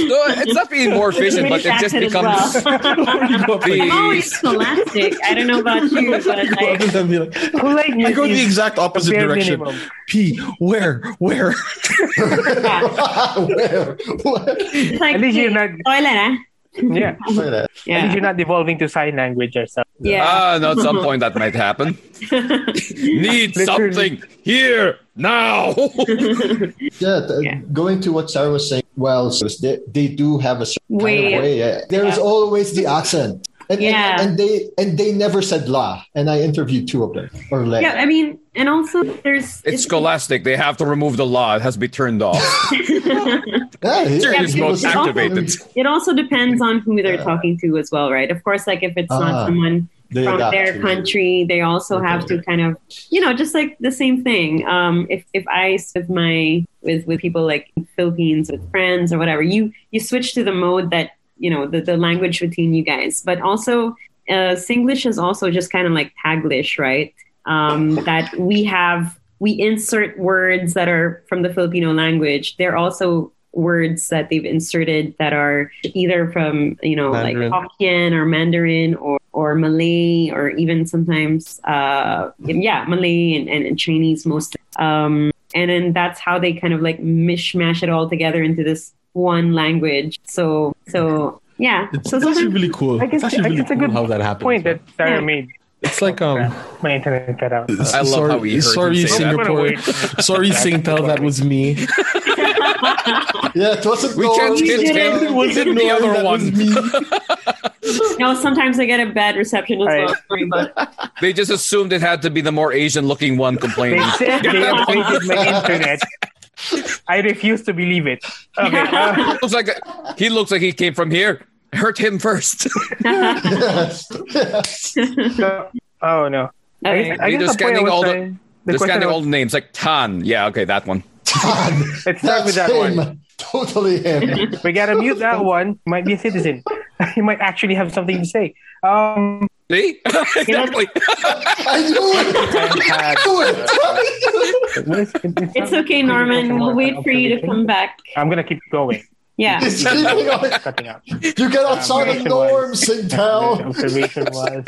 S1: No, uh, it's not being more efficient, but it just
S3: Manufactured
S1: becomes.
S3: as well.
S1: [laughs]
S3: I'm always
S1: the
S3: scholastic. I don't know about you,
S1: [laughs]
S3: but
S4: [laughs]
S3: like,
S4: Rather than be
S5: [laughs]
S4: like,
S5: Like
S4: I go the
S5: is
S4: exact opposite
S5: bare
S4: direction.
S5: minimum.
S4: P, where, where?
S3: yeah.
S2: Where? What?
S3: it's like
S5: At least you're not.
S3: toilet, eh?
S5: Yeah.
S2: Where that?
S5: At least
S3: Yeah.
S5: you're not devolving to sign language or something.
S3: Yeah.
S1: Ah, no, at some point that might
S3: [laughs]
S1: happen. Need
S5: Literally.
S1: something here
S3: [laughs]
S1: now.
S2: Yeah, th-
S3: Yeah.
S2: going to what Sarah was saying, well, so they, they do have a certain kind
S3: Way.
S2: of way. Yeah. There is
S3: Yeah.
S2: always the accent. And, and-
S3: Yeah.
S2: and, they and they never said la. And I interviewed two of them or le.
S3: yeah. I mean, and also there's
S1: it's
S3: [laughs]
S1: scholastic. They have to remove the law. It has to be turned
S4: [laughs]
S1: off.
S2: Yeah, he-
S1: Serious
S2: he
S1: mode
S2: was-
S1: activated.
S3: it also depends on who they're
S2: Yeah.
S3: talking to as well, right? Of course, like if it's
S2: Ah,
S3: not someone
S2: They
S3: from
S2: adapt
S3: their
S2: to-
S3: country, they also
S2: Okay.
S3: have to kind of, you know, just like the same thing. Um, if if I s- with my with with people like in Philippines with friends or whatever, you you switch to the mode that you know the the language between you guys, but also uh, Singlish is also just kind of like Taglish, right? Um, that we have we insert words that are from the Filipino language. They're also words that they've inserted that are either from you know
S4: Mandarin.
S3: like Hokkien or Mandarin or or Malay or even sometimes uh, yeah Malay and, and, and Chinese most um, and then that's how they kind of like mishmash it all together into this one language. So so yeah
S4: It's,
S3: so
S4: it's actually
S3: sometimes
S4: really cool.
S5: I guess-
S4: It's actually
S5: I
S4: really
S5: guess it's a
S4: cool
S5: good
S4: how that happens.
S5: Point that Sarah
S3: Yeah.
S5: made.
S4: it's like um,
S5: My internet cut out.
S4: s-
S1: I love
S4: sorry,
S1: how we heard
S4: sorry,
S1: you say that.
S4: Singapore. Sorry, Singtel, that was me.
S2: Yeah, it wasn't
S1: We
S2: no
S1: can't
S2: one-
S1: kids
S3: did it.
S1: can't
S4: Was
S1: hit
S4: it
S1: the
S4: Norm
S1: other
S4: that was
S1: one.
S4: me?
S2: [laughs]
S3: no sometimes I get a bad reception as
S5: Right.
S3: well. Sorry about
S5: [laughs]
S3: that.
S1: They just assumed it had to be the more Asian looking one
S5: They
S1: complaining. [laughs]
S5: said they updated my internet. I refuse to believe it.
S1: [laughs]
S5: Okay. uh,
S1: looks like he looks like he came from here. Hurt him first.
S2: Yes. Yes.
S5: so- oh no.
S3: All right.
S5: I guess, I
S1: They're
S5: guess the
S1: scanning
S5: point I was
S1: all the-
S5: trying- the
S1: They're
S5: question
S1: scanning
S5: was-
S1: all the names like Tan. Yeah, okay, that one.
S5: Let's start
S2: That's
S5: with that
S2: him.
S5: one.
S2: Totally
S5: [laughs]
S2: him.
S5: We gotta mute that one. Might be a citizen. [laughs] he might actually have something to say. Um,
S1: See? [laughs] exactly.
S2: I knew it.
S5: I
S2: I knew it.
S5: had- what is-
S3: It's
S5: it's not-
S3: okay, Norman. We'll wait for you to come back.
S5: I'm gonna keep going.
S2: [laughs]
S3: Yeah. [laughs]
S2: It's keeping on-
S5: Cutting out.
S2: You cannot sound like Norm
S5: The
S1: [laughs]
S2: Sintel.
S5: observation was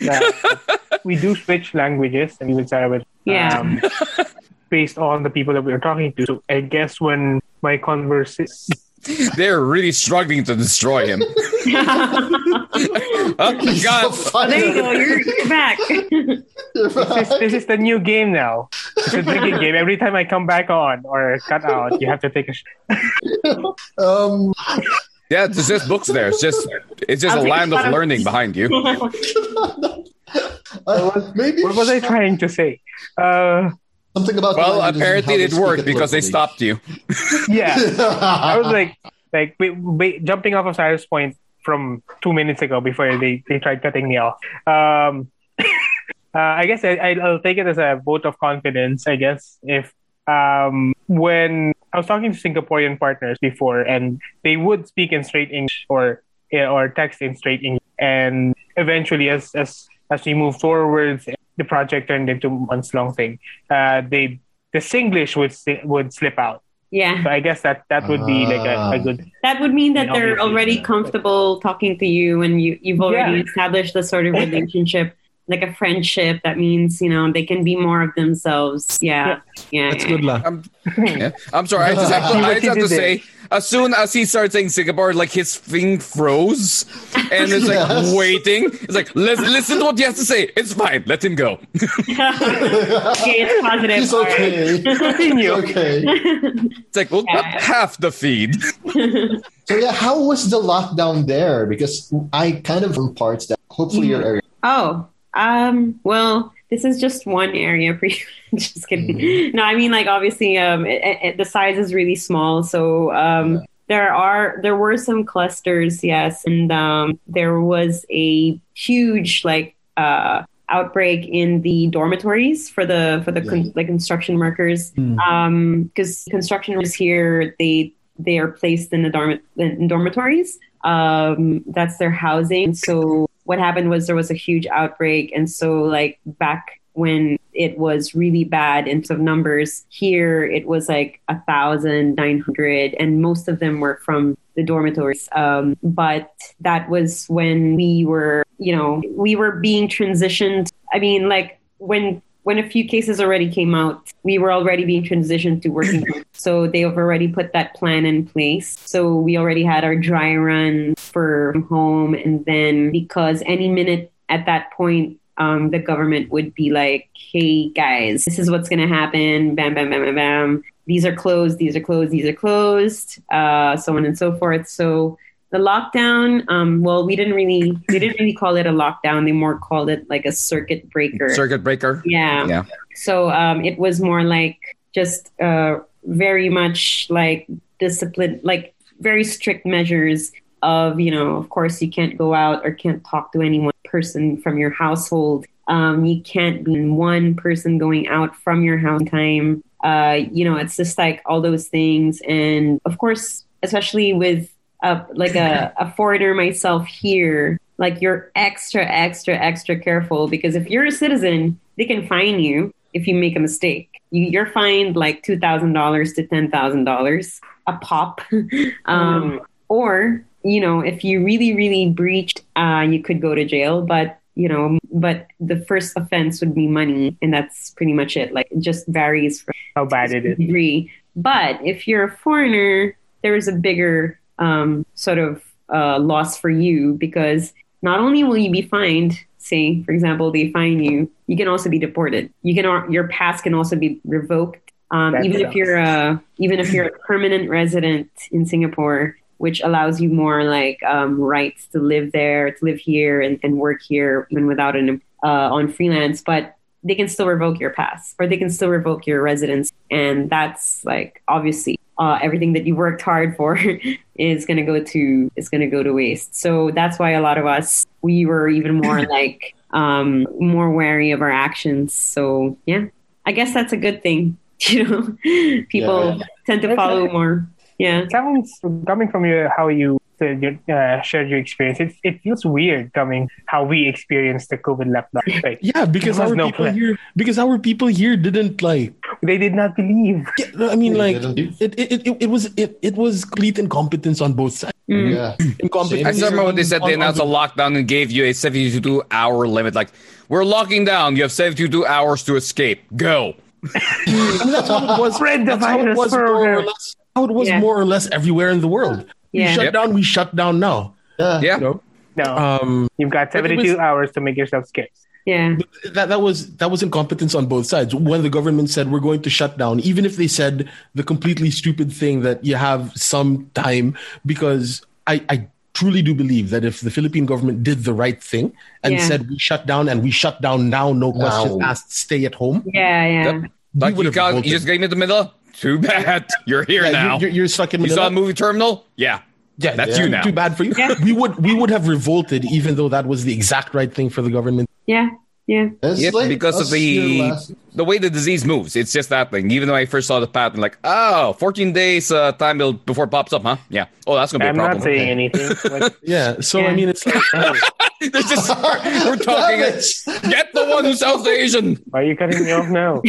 S5: that we do switch languages, and even Sarah was
S3: Yeah.
S5: um, based on the people that we were talking to. So I guess when my converse
S1: They're really struggling to destroy him. Oh my
S2: He's so
S1: god.
S2: funny.
S3: there you go. You're, you're back.
S2: [laughs]
S3: [laughs]
S2: You're
S5: this,
S2: right.
S5: this is the new game now. It's a drinking game. Every time I come back on or cut out, you have to take a. Sh-
S2: Um, [laughs]
S1: Yeah, it's just books there. It's just it's just
S3: I'll
S1: a
S3: take a
S1: land of
S3: shot of-
S1: learning behind you.
S2: uh, maybe
S5: what was I trying to say? Uh,
S2: something about
S1: Well,
S2: languages and
S1: apparently
S2: how they
S1: it
S2: speak
S1: worked because they
S2: locally.
S1: stopped you.
S5: yeah. I
S2: [laughs]
S5: was like, like wait, wait, jumping off of Cyrus' point from two minutes ago before they, they tried cutting me off. Um, [laughs] uh, I guess I, I- I'll take it as a vote of confidence. I guess if um, when I was talking to Singaporean partners before, and they would speak in straight English or yeah, or text in straight English, and eventually, as as as we moved forwards, the project turned into months long thing. Uh, they the Singlish would si- would slip out.
S3: Yeah.
S5: So I guess that that would be like a, a good
S3: That would mean that they're
S5: Obviously,
S3: already
S5: yeah.
S3: comfortable talking to you and you, you've already
S5: Yeah.
S3: established a sort
S5: [laughs]
S3: of relationship, like a friendship. That means, you know, they can be more of themselves. Yeah. Yeah.
S4: That's
S3: yeah. [laughs]
S4: good luck.
S1: I'm, yeah. I'm sorry. I just have to,
S5: See what
S1: I just
S5: he
S1: have to
S5: did there.
S1: say, as soon as he started saying Singapore, like his thing froze, and it's like
S2: Yes.
S1: waiting. It's like let's listen to what he has to say. It's fine. Let him go.
S3: okay, it's positive.
S2: He's
S3: All right.
S2: okay. He's
S5: continue.
S2: okay.
S1: It's like well,
S3: Yeah. [laughs]
S1: not half the feed.
S2: So yeah, how was the lockdown there? Because I kind of own parts that hopefully your area.
S3: Oh, um, well, this is just one area for [laughs] you. just kidding. No, I mean like obviously, um, it, it, the size is really small, so um, there are there were some clusters, yes, and um, there was a huge like uh, outbreak in the dormitories for the for the con- like construction workers,
S4: Hmm.
S3: um, because construction workers here they they are placed in the dorm in dormitories. Um, that's their housing. So what happened was there was a huge outbreak, and so like back when it was really bad in terms of numbers, here it was like a thousand nine hundred, and most of them were from the dormitories. Um, but that was when we were, you know, we were being transitioned. I mean, like when when a few cases already came out, we were already being transitioned to working. from- so they have already put that plan in place. So we already had our dry run for home, and then because any minute at that point. Um, the government would be like, "Hey guys, this is what's gonna happen." Bam, bam, bam, bam, bam. These are closed. These are closed. These are closed. Uh, so on and so forth. So the lockdown. Um, well, we didn't really, they didn't really call it a lockdown. They more called it like a circuit breaker.
S1: Circuit breaker.
S3: Yeah.
S1: Yeah.
S3: So um, it was more like just uh, very much like discipline, like very strict measures of, you know, of course, you can't go out or can't talk to any one person from your household. Um, you can't be one person going out from your house time. Uh, you know, it's just like all those things. And of course, especially with uh, like a, a foreigner myself here, like you're extra, extra, extra careful because if you're a citizen, they can fine you if you make a mistake. You, you're fined like two thousand dollars to ten thousand dollars a pop, [laughs] um, or you know if you really, really breached, uh, you could go to jail. But you know, but the first offense would be money, and that's pretty much it. Like it just varies from
S5: How bad it is.
S3: degree. But if you're a foreigner, there is a bigger um, sort of uh, loss for you because not only will you be fined, say, for example, they fine you, you can also be deported. You can al- your pass can also be revoked, um,
S5: That
S3: even if
S5: sucks.
S3: you're a even if you're a permanent resident in Singapore, which allows you more like um, rights to live there, to live here, and, and work here, even without an uh, on freelance. But they can still revoke your pass or they can still revoke your residence. And that's like obviously uh, everything that you worked hard for [laughs] is going to go to is going to go to waste. So that's why a lot of us we were even more like um, more wary of our actions. So yeah, I guess that's a good thing. [laughs] You know, people tend to
S5: That's
S3: follow
S5: right.
S3: more. Yeah.
S5: It sounds coming from you how you said you, uh, shared your experience. It, it feels weird coming how we experienced the COVID lockdown. Like
S4: Yeah, because
S5: There was
S4: our
S5: no
S4: people
S5: plan.
S4: here because our people here didn't like
S5: they did not
S4: [laughs]
S5: believe.
S4: Yeah, no, I mean,
S2: They
S4: like
S2: didn't do-
S4: it, it, it, it was it, it was complete incompetence on both sides.
S3: Mm.
S2: Yeah.
S4: Incompetence.
S2: Same.
S1: I still remember when they
S4: on-
S1: said they
S4: on-
S1: announced a
S4: on
S1: lockdown and gave you a 72 hour limit. Like, we're locking down. You have 72 hours to escape. Go.
S4: the- I mean, that's
S5: [laughs]
S4: how it was.
S5: Spread the
S4: that's how it
S5: virus
S4: was more or
S5: further.
S4: less. How it was
S3: Yeah.
S4: more or less everywhere in the world. We
S3: Yeah.
S4: shut
S1: Yep.
S4: down. We shut down now.
S2: Yeah.
S1: Yeah.
S4: Uh, You know,
S5: No,
S4: um,
S5: you've got
S4: but it
S5: seventy-two
S4: was-
S5: hours to make yourself scarce.
S3: Yeah.
S4: that that was that was incompetence on both sides. When the government said we're going to shut down, even if they said the completely stupid thing that you have some time, because I. I Truly do believe that if the Philippine government did the right thing and
S3: Yeah.
S4: said we shut down and we shut down now, no questions
S2: Now.
S4: asked, stay at home,
S3: Yeah. Yeah.
S1: Like, you,
S4: would have
S1: got-
S4: revolted.
S1: you just got me in the middle? Too bad. [laughs] You're here
S4: Yeah, you-
S1: now.
S4: You're, you're stuck in
S1: you saw
S4: Manila.
S1: a movie terminal? Yeah.
S4: yeah,
S1: that's
S4: too,
S1: you now.
S4: Too bad for you.
S3: Yeah.
S4: We would we would have revolted, even though that was the exact right thing for the government.
S3: Yeah. Yeah.
S2: It's
S1: Yep,
S2: like
S1: because of
S2: us
S1: the-
S2: here last-
S1: The way the disease moves, it's just that thing. Even though I first saw the pattern, like, oh, 14 days uh, time till- before it pops up, huh? Yeah. Oh, that's going to be
S5: I'm
S1: a problem.
S5: not saying
S1: [laughs]
S5: anything. but-
S4: Yeah. So I
S3: Yeah.
S4: mean, it's like
S1: There's just- [laughs] we're talking.
S2: Damn it.
S1: Get the one who's South Asian.
S5: why are you cutting me off now?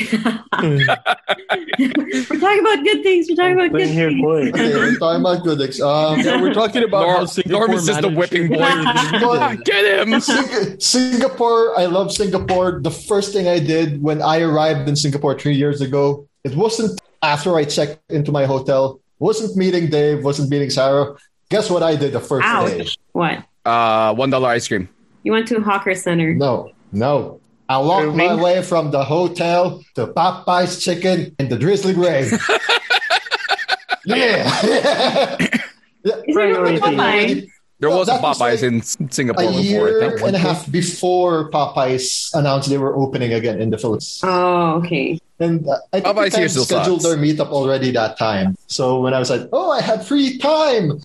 S3: We're talking about good things. We're talking about good
S5: Bring here,
S3: things. [laughs]
S5: boy.
S2: Okay, we're talking about good ex- um,
S4: yeah, we're talking about
S1: Norm-
S4: how Singapore
S1: Norm is just the
S4: managed-
S1: whipping boy.
S4: [laughs]
S2: Boy.
S1: [laughs] Get him.
S2: Sing- Singapore, I love Singapore. The first thing I did when I arrived in Singapore three years ago, it wasn't after I checked into my hotel, wasn't meeting Dave, wasn't meeting Sarah. Guess what I did the first day?
S3: Ouch. What?
S1: Uh, one dollar ice cream.
S3: You went to Hawker Center.
S2: No, no. I walked my
S5: Irving?
S2: way from the hotel to Popeye's
S3: [laughs]
S2: Chicken and the Drizzly Rain. [laughs] yeah. Yeah.
S3: Is there no
S5: Priority.
S3: Popeye?
S1: There
S2: No,
S1: was a
S2: that was like
S1: Popeyes in S- Singapore
S2: a
S1: before. I
S2: year
S1: think.
S2: and a half before Popeyes announced they were opening again in the Philippines.
S3: Oh, okay.
S2: And uh, I think we
S1: Popeyes here
S2: kind of
S1: still
S2: scheduled
S1: sucks.
S2: our meetup already that time. So when I was like, oh, I had free
S1: [laughs]
S2: time.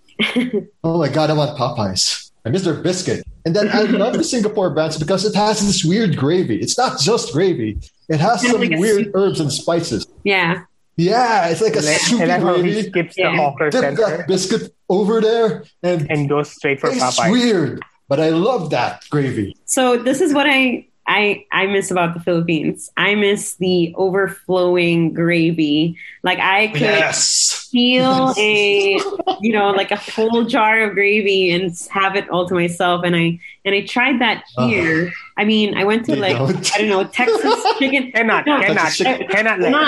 S2: oh my God, I want Popeyes. I miss their biscuit. And then I love the Singapore brands because it has this weird gravy. It's not just gravy. It has
S3: Kinda
S2: some
S3: like a
S2: weird
S3: soup.
S2: herbs and spices.
S3: Yeah.
S2: Yeah, it's like a soupy
S5: and that's how he
S2: gravy.
S5: skips
S3: Yeah.
S5: the hawker
S2: Dip
S5: center
S2: that biscuit over there and
S5: and goes straight for
S2: it's
S5: Popeye.
S2: weird. But I love that gravy.
S3: So this is what I I I miss about the Philippines. I miss the overflowing gravy. Like I could
S2: Yes.
S3: [laughs] feel a you know like a whole jar of gravy and have it all to myself and i and i tried that here i mean i went to
S2: They
S3: like
S2: don't.
S3: i don't know [laughs] texas chicken
S5: Cannot,
S3: No,
S5: cannot,
S2: that's a chicken.
S5: cannot.
S3: Cannot,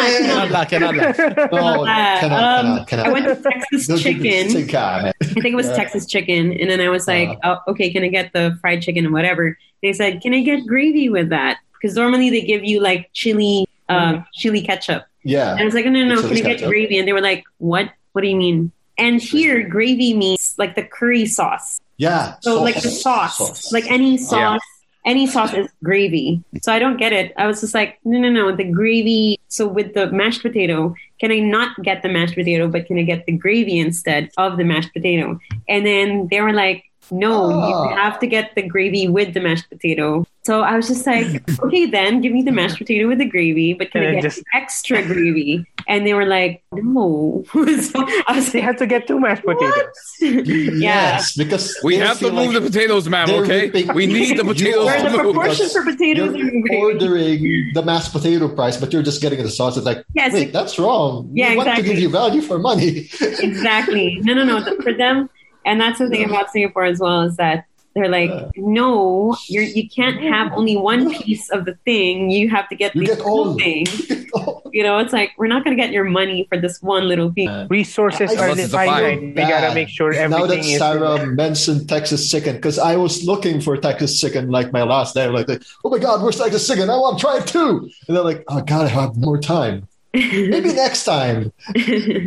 S3: [laughs] cannot.
S5: let-
S6: Cannot laugh, cannot laugh.
S5: Oh, [laughs]
S2: No, cannot,
S3: Uh, um,
S2: cannot, cannot.
S3: i went to texas
S2: Don't give me
S3: chicken
S2: sick eye, man.
S3: i think it was
S2: Yeah.
S3: texas chicken and then i was like oh, okay can i get the fried chicken and whatever they said can i get gravy with that because normally they give you like chili um, chili ketchup
S2: Yeah.
S3: And I was like, no, no, no,
S2: So
S3: can I
S2: it's
S3: get
S2: Mm-hmm. ketchup.
S3: gravy? And they were like, what? What do you mean? And here, gravy means like the curry sauce.
S2: Yeah.
S3: So, like the sauce, like any sauce, any sauce is gravy. So I don't get it. I was just like, no, no, no, the gravy. So with the mashed potato, can I not get the mashed potato, but can I get the gravy instead of the mashed potato? And then they were like, no,
S2: Ah.
S3: you have to get the gravy with the mashed potato. So I was just like, okay, then give me the mashed potato with the gravy, but can
S5: And
S3: I
S5: then
S3: get
S5: just-
S3: extra gravy? And they were like, no. [laughs] so I was
S5: They
S3: like,
S5: had to get two mashed potatoes.
S3: yeah.
S2: Yes, because
S1: We
S2: they
S1: have to
S2: feel
S1: move the
S2: like
S1: potatoes, ma'am.
S2: they're
S1: Okay,
S2: ripping-
S1: we need
S2: [laughs]
S1: the
S2: You
S1: potatoes
S2: are
S3: Where the
S1: to move.
S2: proportion-
S3: proportions for potatoes
S2: you're
S3: and gravy.
S2: ordering the mashed potato price, but you're just getting the sauce. It's like,
S3: Yes,
S2: wait, that's wrong.
S3: Yeah,
S2: we want to
S3: exactly.
S2: give you value for money. [laughs]
S3: exactly. No, no, no. For them, and that's the thing about Singapore as well is that they're like, no, you're, you can't have only one piece of the thing. You have to get
S2: You
S3: the
S2: get all.
S3: whole thing. You know, it's like we're not going to get your money for this one little piece.
S5: Resources
S2: I-
S5: are
S1: Unless it's a fire.
S5: defined. We gotta make sure
S2: now
S5: everything
S2: that
S5: is.
S2: Sarah mentioned Texas chicken, because I was looking for Texas chicken like my last day. Like, oh my God, where's Texas chicken? I want to try it too. And they're like, oh God, I have more time. Maybe next time.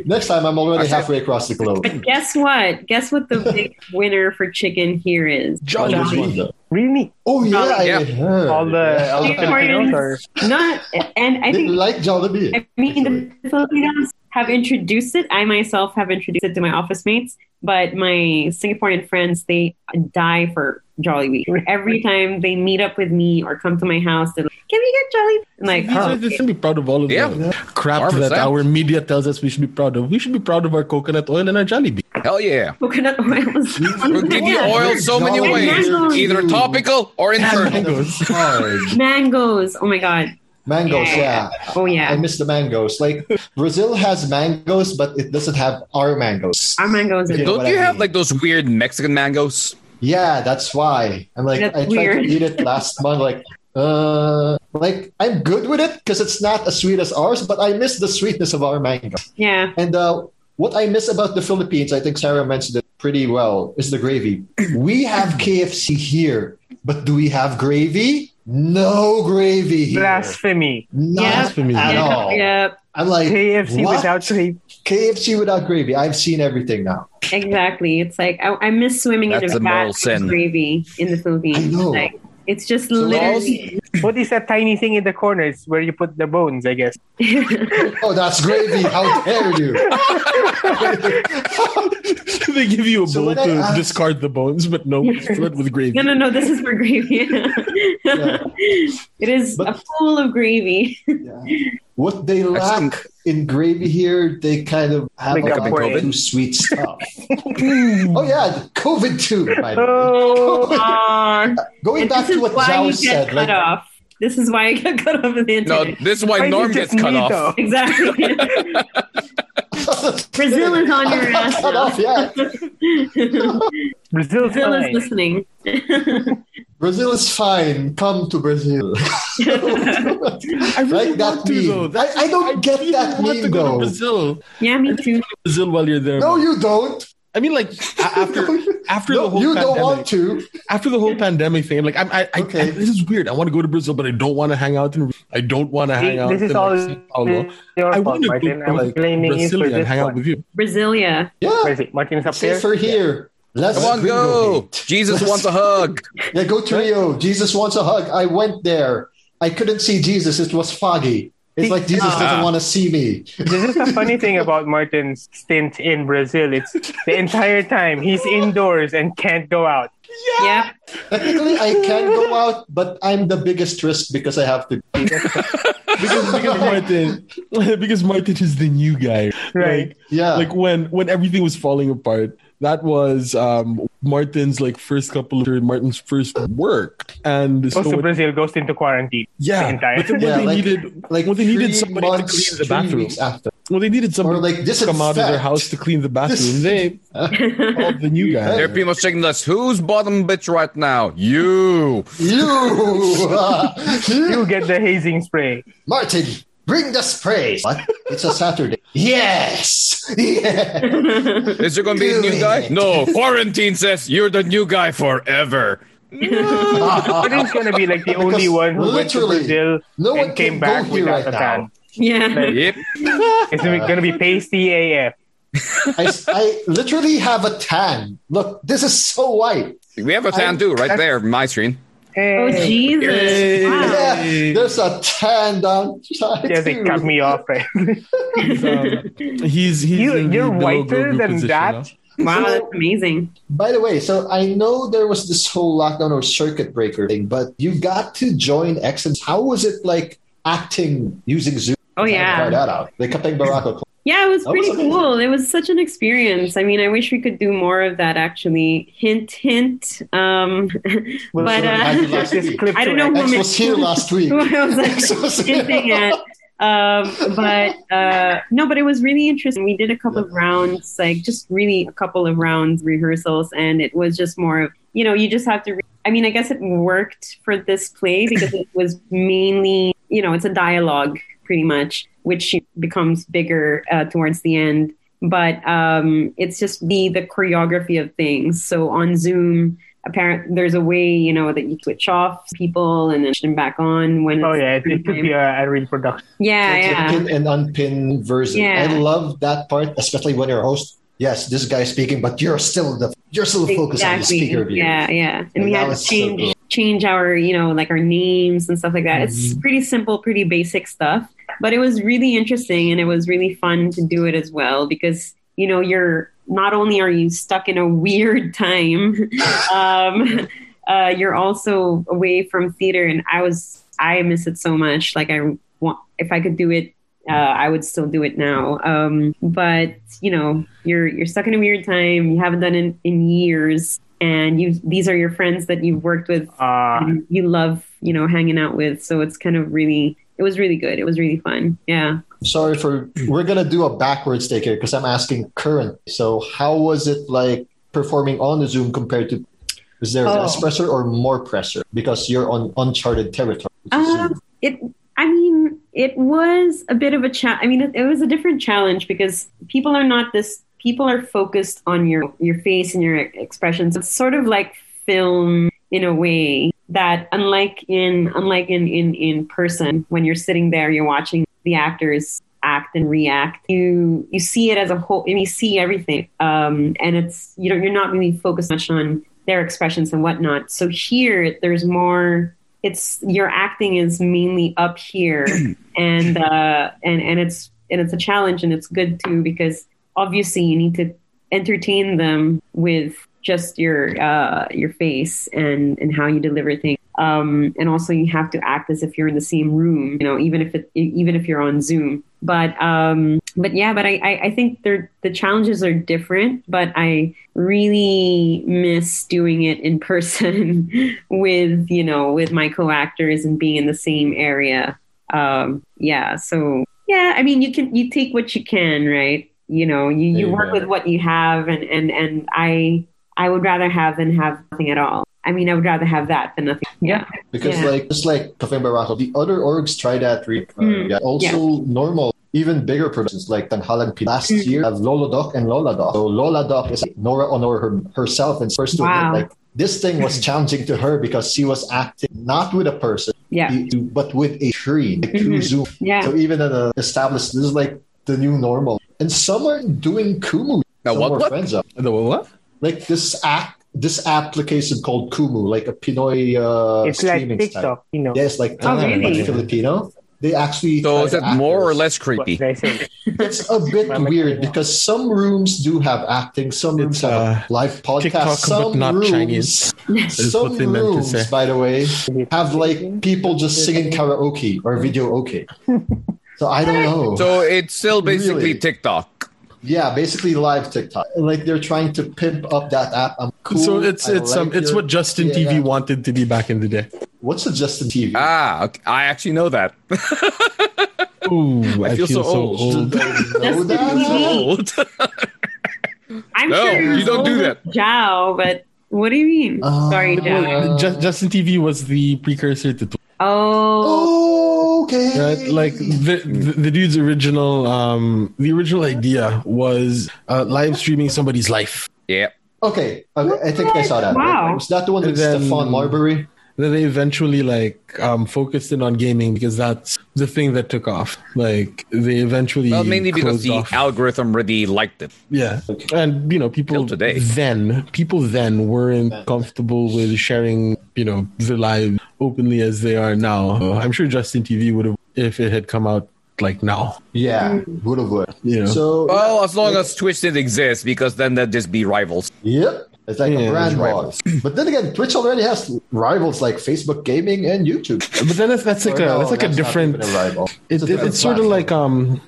S2: Next time, I'm already halfway across the
S1: [laughs]
S2: globe.
S3: but [laughs] guess what? Guess what the big winner for chicken here is?
S4: John
S2: Which
S4: John.
S2: one, though?
S5: Really?
S2: Oh yeah,
S1: Yeah.
S2: I heard.
S5: All the, all the
S3: Yeah.
S5: Filipinos are.
S3: Not, and I
S2: they
S3: think
S2: like Jollibee.
S3: I mean, the Filipinos have introduced it. I myself have introduced it to my office mates, but my Singaporean friends, they die for Jollibee. Every time they meet up with me or come to my house, they're like, can we get Jollibee? I'm like,
S4: These are
S3: huh.
S4: the thing to be proud of all of
S1: Yeah.
S4: them. Crap
S1: 100%.
S4: that our media tells us we should be proud of. We should be proud of our coconut oil and our Jollibee.
S1: [laughs] Hell yeah!
S3: coconut oil is
S1: We give you
S3: Yeah.
S1: oil so many
S2: Dollar
S1: ways,
S3: mangoes.
S1: either topical or internal. [laughs]
S4: Mangoes.
S2: Hard.
S3: mangoes. Oh my God.
S2: mangoes, yeah.
S3: Oh
S2: I
S3: yeah.
S2: miss the mangoes. Like Brazil has mangoes, but it doesn't have our mangoes.
S3: Our mangoes are
S2: Yeah.
S1: Don't
S2: what
S1: you
S2: I
S1: have
S2: mean.
S1: like those weird Mexican mangoes?
S2: Yeah, that's why. I'm like,
S3: That's
S2: I tried
S3: weird.
S2: to eat it
S3: [laughs]
S2: last month. Like, uh, like I'm good with it because it's not as sweet as ours, but I miss the sweetness of our mango.
S3: Yeah.
S2: And uh, what I miss about the Philippines, I think Sarah mentioned it pretty well, is the gravy. [clears throat] We have KFC here, but do we have gravy? No gravy here.
S5: Blasphemy.
S2: Not
S4: Blasphemy.
S2: at
S4: Yeah.
S2: all.
S3: Yeah.
S2: I'm like
S5: KFC
S2: what?
S5: without three.
S2: KFC without gravy. I've seen everything now.
S3: Exactly. It's like I, I miss swimming in
S1: That's
S3: a
S1: a moral
S3: vat of
S1: sin.
S3: gravy in the Philippines.
S2: I know.
S3: Like, it's just
S2: So
S3: literally.
S5: What is that tiny thing in the corner? It's where you put the bones, I guess.
S3: [laughs]
S2: Oh, that's
S5: [laughs]
S2: gravy! How dare you?
S4: [laughs] they give you a
S2: So
S4: bowl
S2: when I
S4: to
S2: asked-
S4: discard the bones, but no,
S3: Yeah.
S5: [laughs]
S4: fill it with gravy.
S3: No, no, no. This is for gravy. [laughs] It is
S2: But-
S3: a pool of
S2: [laughs]
S3: gravy.
S2: Yeah. What they
S1: I
S2: lack
S1: think-
S2: in gravy here, they kind of have
S5: Make
S2: a
S5: up
S2: lot
S1: for
S2: of
S1: it.
S2: too sweet stuff. oh yeah, COVID too. By the way.
S5: Oh,
S2: [laughs]
S3: Uh,
S2: Going
S3: and
S2: back
S3: this
S2: to
S3: is
S2: what
S3: why
S2: Zhao
S3: you
S2: said,
S3: get cut
S2: like,
S3: off. This is why I got cut off of the
S1: No,
S3: internet.
S1: this is why
S5: Why is
S1: Norm
S5: it
S1: gets
S5: just
S1: cut
S5: me,
S1: off.
S5: though?
S2: [laughs]
S3: Exactly. Brazil is on your
S2: I'm not [laughs]
S3: ass.
S2: cut
S3: now.
S2: off yet. [laughs]
S5: Brazil's
S3: Brazil is
S5: fine.
S3: listening.
S2: Brazil is fine. Come to Brazil.
S3: [laughs]
S2: [laughs]
S4: I really
S2: like that
S4: want to
S2: meme.
S4: though. That's-
S2: I- I don't get
S4: really
S2: that
S4: want
S2: meme,
S4: to go
S2: though.
S4: to Brazil.
S3: yeah, me too.
S4: Brazil while you're there.
S2: no,
S4: man.
S2: you don't.
S4: I mean, like
S2: [laughs]
S4: a- after after
S2: No,
S4: the whole
S2: you
S4: pandemic,
S2: don't want to.
S4: after the whole pandemic thing, I'm like, I'm, I, I,
S2: Okay.
S4: I- this is weird. I want to go to Brazil, but I don't want to hang out in. I don't want to hang out.
S5: this is
S4: in,
S5: all
S4: like, Sao Paulo.
S5: your
S4: I
S5: fault,
S4: want to go
S5: Martin.
S4: to
S5: I'm
S4: like
S5: blaming you for
S4: Brasilia and
S5: this
S4: hang out
S5: one.
S4: with you.
S3: Brasilia.
S5: Where
S2: Yeah,
S5: is it? Martin is up there.
S2: safer here. Less
S1: Come on,
S2: window
S1: go.
S2: hate.
S1: Jesus wants a hug.
S2: Yeah, go to Rio. Jesus wants a hug. I went there. I couldn't see Jesus. It was foggy. It's like Jesus doesn't
S1: Ah.
S2: want to see me.
S5: This is the funny thing about Martin's stint in Brazil. It's the entire time he's indoors and can't go out.
S3: Yeah.
S2: Technically, I can go out, but I'm the biggest risk because I have to.
S5: [laughs]
S4: because, because Martin, [laughs] because Martin is the new guy,
S5: Right.
S4: Like,
S2: [laughs] Yeah.
S4: like when when everything was falling apart, that was um, Martin's like first couple of Martin's first work, and so
S5: Goes to
S4: what-
S5: Brazil, goes into quarantine.
S4: yeah,
S5: the entire-
S4: but then when
S2: Yeah,
S4: they
S2: like-
S4: needed
S2: like
S4: when they
S2: three
S4: needed somebody to
S2: months,
S4: clean the
S2: three
S4: bathroom,
S2: weeks after.
S4: when they needed somebody
S2: Or, like,
S4: to come out of their
S2: disinfect.
S4: house to clean the bathroom, they called the
S2: [laughs]
S4: new guy.
S1: There are people saying this. Who's bottom bitch right now? You.
S2: You, uh,
S5: You
S2: you,
S5: get the hazing spray.
S2: Martin, bring the spray. What? It's a Saturday. Yes. Yeah.
S1: Is there going to be a new guy? No. Quarantine says you're the new
S2: [laughs]
S1: guy forever.
S5: Martin's gonna be like the
S2: Because
S5: only one who went to
S2: literally,
S5: Brazil
S2: Uh-huh. no one
S5: and
S2: can
S5: came
S2: go
S5: back
S2: here
S5: without
S2: right
S5: a tan.
S3: yeah.
S1: Yep.
S5: It's gonna be pasty AF.
S2: I, I literally have a tan. Look, this is so white.
S1: We have a
S2: I'm-
S1: tan too, right
S5: I'm-
S1: there, my screen.
S3: Oh
S5: Hey.
S3: Jesus. Wow.
S2: Yeah, there's a tan down side.
S5: Yeah, they
S2: too.
S5: cut me off. Right? [laughs]
S4: Um, he's, he's
S5: You,
S4: in the
S5: you're
S4: no-go
S5: whiter
S4: group
S5: than
S4: position
S5: that.
S4: now.
S3: Wow,
S2: So-
S3: that's amazing.
S2: By the way, so I know there was this whole lockdown or circuit breaker thing, but you got to join X's. How was it like acting using Zoom?
S3: Oh
S2: Try
S3: yeah.
S2: that out. They kept playing
S3: [laughs]
S2: Baraka.
S3: Yeah, it was
S2: That
S3: pretty
S2: was amazing.
S3: cool. It was such an experience. I mean, I wish we could do more of that actually. Hint hint. Um
S5: We'll
S3: But,
S5: sort of
S3: uh,
S5: have
S3: [laughs]
S5: to watch this clip
S3: I
S5: to
S3: don't know
S5: act-
S2: X was here last week.
S3: who [laughs] I
S2: [laughs]
S3: was
S2: X
S3: like uh,
S2: was
S3: hinting
S2: here.
S3: at. Um but uh no, but it was really interesting. We did a couple of rounds, like just really a couple of rounds rehearsals and it was just more of you know, you just have to re- I mean, I guess it worked for this play because it was mainly, you know, it's a dialogue pretty much, which becomes bigger uh, towards the end. But um, it's just the the choreography of things. So on Zoom, apparent there's a way you know that you switch off people and then switch them back on when.
S5: Oh
S3: it's
S5: yeah, it, it could be a, a real production.
S3: yeah,
S2: It's a
S3: yeah.
S2: pin and unpin version.
S3: Yeah.
S2: I love that part, especially when you're a host. Yes, this guy's speaking, but you're still the you're still focused on the speaker view.
S3: Yeah, yeah. And we
S2: That
S3: had to
S2: was so
S3: change
S2: cool.
S3: change our, you know, like our names and stuff like that. It's
S2: Mm-hmm.
S3: pretty simple, pretty basic stuff. But it was really interesting and it was really fun to do it as well because, you know, you're not only are you stuck in a [laughs] weird
S2: [laughs]
S3: time, um, uh, you're also away from theater and I was I miss it so much. Like I want if I could do it uh, I would still do it now. Um, but you know, you're you're stuck in a weird time. You haven't done it in years, and you these are your friends that you've worked with.
S5: Uh,
S3: and you love, you know, hanging out with. So it's kind of really, it was really good. It was really fun. Yeah.
S2: Sorry for we're gonna do a backwards take here because I'm asking current. So how was it like performing on the Zoom compared to is there
S3: Oh.
S2: less pressure or more pressure because you're on uncharted territory? which is Zoom.
S3: Um, it. I mean, it was a bit of a challenge. I mean, it, it was a different challenge because people are not this. People are focused on your your face and your expressions. It's sort of like film in a way that, unlike in unlike in in in person, when you're sitting there, you're watching the actors act and react. You you see it as a whole, and you see everything. Um, and it's you know you're not really focused much on their expressions and whatnot. So here, there's more it's your acting is mainly up here and uh and and it's and it's a challenge and it's good too because obviously you need to entertain them with just your uh your face and and how you deliver things um and also you have to act as if you're in the same room you know even if it e, even if you're on zoom but um but yeah but i i, I think they're the challenges are different but i really miss doing it in [laughs] person with you know with my co-actors and being in the same area um yeah so yeah i mean you can you take what you can right you know you, you
S2: Yeah.
S3: work with what you have and and and i i would rather have than have nothing at all i mean i would rather have that than nothing yeah
S2: Because
S3: Yeah.
S2: like just like Cafe Baraka, the other orgs try that. Re-
S3: Mm,
S2: yeah. Also normal even bigger productions like Tanhalan P. Last
S3: Hmm.
S2: year, have Lolodoc and Loladoc. So Loladoc is like Nora Honor her, herself and first to
S3: Wow.
S2: admit, like this thing was challenging to her because she was acting not with a person,
S3: Yeah.
S2: but with a tree, like through
S3: Mhm.
S2: Zoom.
S3: Yeah.
S2: So even at an established, this is like the new normal. And some are doing Kumu.
S1: Now,
S2: Some
S1: what-
S2: were
S1: what?
S2: Friends up.
S4: The what?
S2: Like this act, this application called Kumu, like a Pinoy uh,
S5: it's like
S2: streaming
S5: TikTok,
S2: style.
S5: you know.
S2: Yes, like
S3: Oh,
S2: Tanhalan,
S3: really?
S2: but Filipino. They actually
S1: So
S2: try
S1: is
S2: the
S1: it more or
S2: actors.
S1: less
S5: What
S1: creepy?
S5: did I
S2: [laughs]
S5: say?
S2: It's a bit
S5: Mama
S2: weird
S5: Kira.
S2: because some rooms do have acting, some rooms
S4: It's,
S2: have
S4: uh,
S2: live podcasts,
S4: TikTok, but
S2: some
S4: not
S2: rooms,
S4: Chinese. is
S2: Some
S4: what they meant to say.
S2: rooms, by the way, have like people just singing karaoke or video okay. So I don't know.
S1: So it's still basically
S2: Really?
S1: TikTok.
S2: yeah, basically live TikTok. Like they're trying to pimp up that app. I'm cool.
S4: So it's
S2: I
S4: it's
S2: like
S4: um it's
S2: your-
S4: what Justin
S2: Yeah,
S4: TV
S2: yeah.
S4: wanted to be back in the day.
S2: What's a Justin TV?
S1: Ah, okay. I actually know that.
S4: Ooh, I,
S1: feel so old. [laughs]
S2: Did I know
S3: [laughs] Justin
S2: that?
S3: TV.
S1: Old.
S3: I'm
S1: No,
S3: sure
S1: you don't do that.
S3: Jao, but what do you mean?
S2: Uh,
S3: Sorry, Jao.
S2: well,
S4: Ju- Justin TV was the precursor to Twitter.
S2: Oh,
S3: Oh,
S2: okay.
S4: Right? Like the, the the dude's original um the original idea was uh, live streaming somebody's life.
S1: yeah.
S2: okay, okay, I think I saw that.
S3: Wow.
S2: Was that the one with
S4: And then-
S2: Stefan Marbury?
S4: Then they eventually like um focused in on gaming because that's the thing that took off. Like they eventually
S1: Well, mainly because
S4: closed
S1: the
S4: off.
S1: algorithm really liked it.
S4: Yeah, and you know, people
S1: Till today.
S4: then people then weren't comfortable with sharing you know their lives openly as they are now. Uh, I'm sure Justin TV would have if it had come out like now.
S2: Yeah,
S3: Hmm.
S2: would have would.
S4: Yeah.
S2: So
S1: Well, as long as Twitch didn't exist, because then they'd just be rivals.
S2: Yep. It's like
S4: Yeah,
S2: a
S4: there's
S2: brand war. [clears throat] But then again, Twitch already has rivals like Facebook Gaming and YouTube.
S4: But then that's, that's like
S2: Or no,
S4: a that's like a
S2: not
S4: different.
S2: even a rival.
S4: It, it,
S2: different
S4: it's sort of
S2: platform.
S4: like um,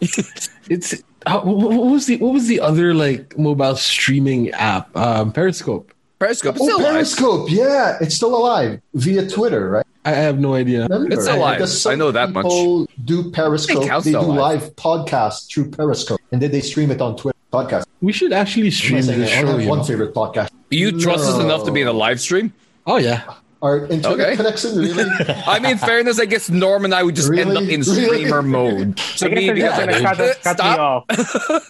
S4: it's how, wh- wh- what was the what was the other like mobile streaming app? Um, Periscope.
S1: Periscope is
S2: Oh,
S1: still alive.
S2: Periscope, yeah, it's still alive via Twitter, right?
S4: I I have no idea.
S2: Remember,
S1: It's still alive.
S2: because some
S1: I know that much.
S2: People do Periscope.
S1: Think House
S2: They do
S1: still alive.
S2: live podcasts through Periscope, and then they stream it on Twitter podcast.
S4: We should actually stream
S2: I
S4: this show.
S2: have
S4: you
S2: one
S4: know.
S2: favorite podcast.
S1: You trust us
S2: No.
S1: enough to be in a live stream?
S4: Oh yeah.
S2: Our internet
S1: Okay.
S2: connection really.
S4: [laughs]
S1: I mean, in fairness, I guess Norm and I would just
S2: Really?
S1: end up in
S2: Really?
S1: streamer mode.
S5: I
S1: To
S5: guess
S1: me,
S5: they're
S1: because
S5: just
S1: like,
S5: gonna cut, us-
S1: eh,
S5: cut me
S1: stop.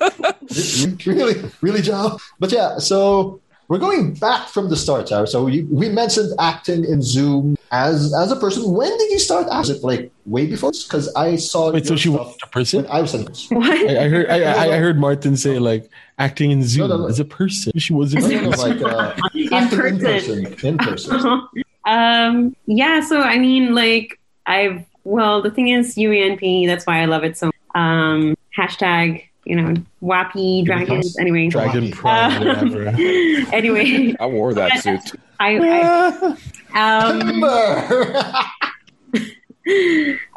S5: off.
S2: [laughs] really, really, John. But yeah, so we're going back from the start, Sarah. So you, we mentioned acting in Zoom as as a person. When did you start? acting? Was it like way before? Because I saw.
S4: Wait, so
S2: your
S4: she
S2: stuff
S4: was a person.
S2: when I was in.
S3: [laughs] what?
S4: I, I heard I, I, I heard Martin say like acting in Zoom
S2: no, no.
S4: as a person. She was a
S2: No, no, no,
S4: person.
S2: like uh,
S3: [laughs] In
S2: acting in
S3: person.
S2: person, in person.
S3: um, yeah, so I mean, like, I've, well, the thing is, UANP, that's why I love it so much. Um, hashtag, you know, wappy dragons. Anyway. [laughs]
S4: Dragon Pride,
S3: Uh,
S4: whatever.
S3: anyway,
S1: I wore that suit.
S3: I, I [laughs] um,
S2: Remember? [laughs]
S3: [laughs]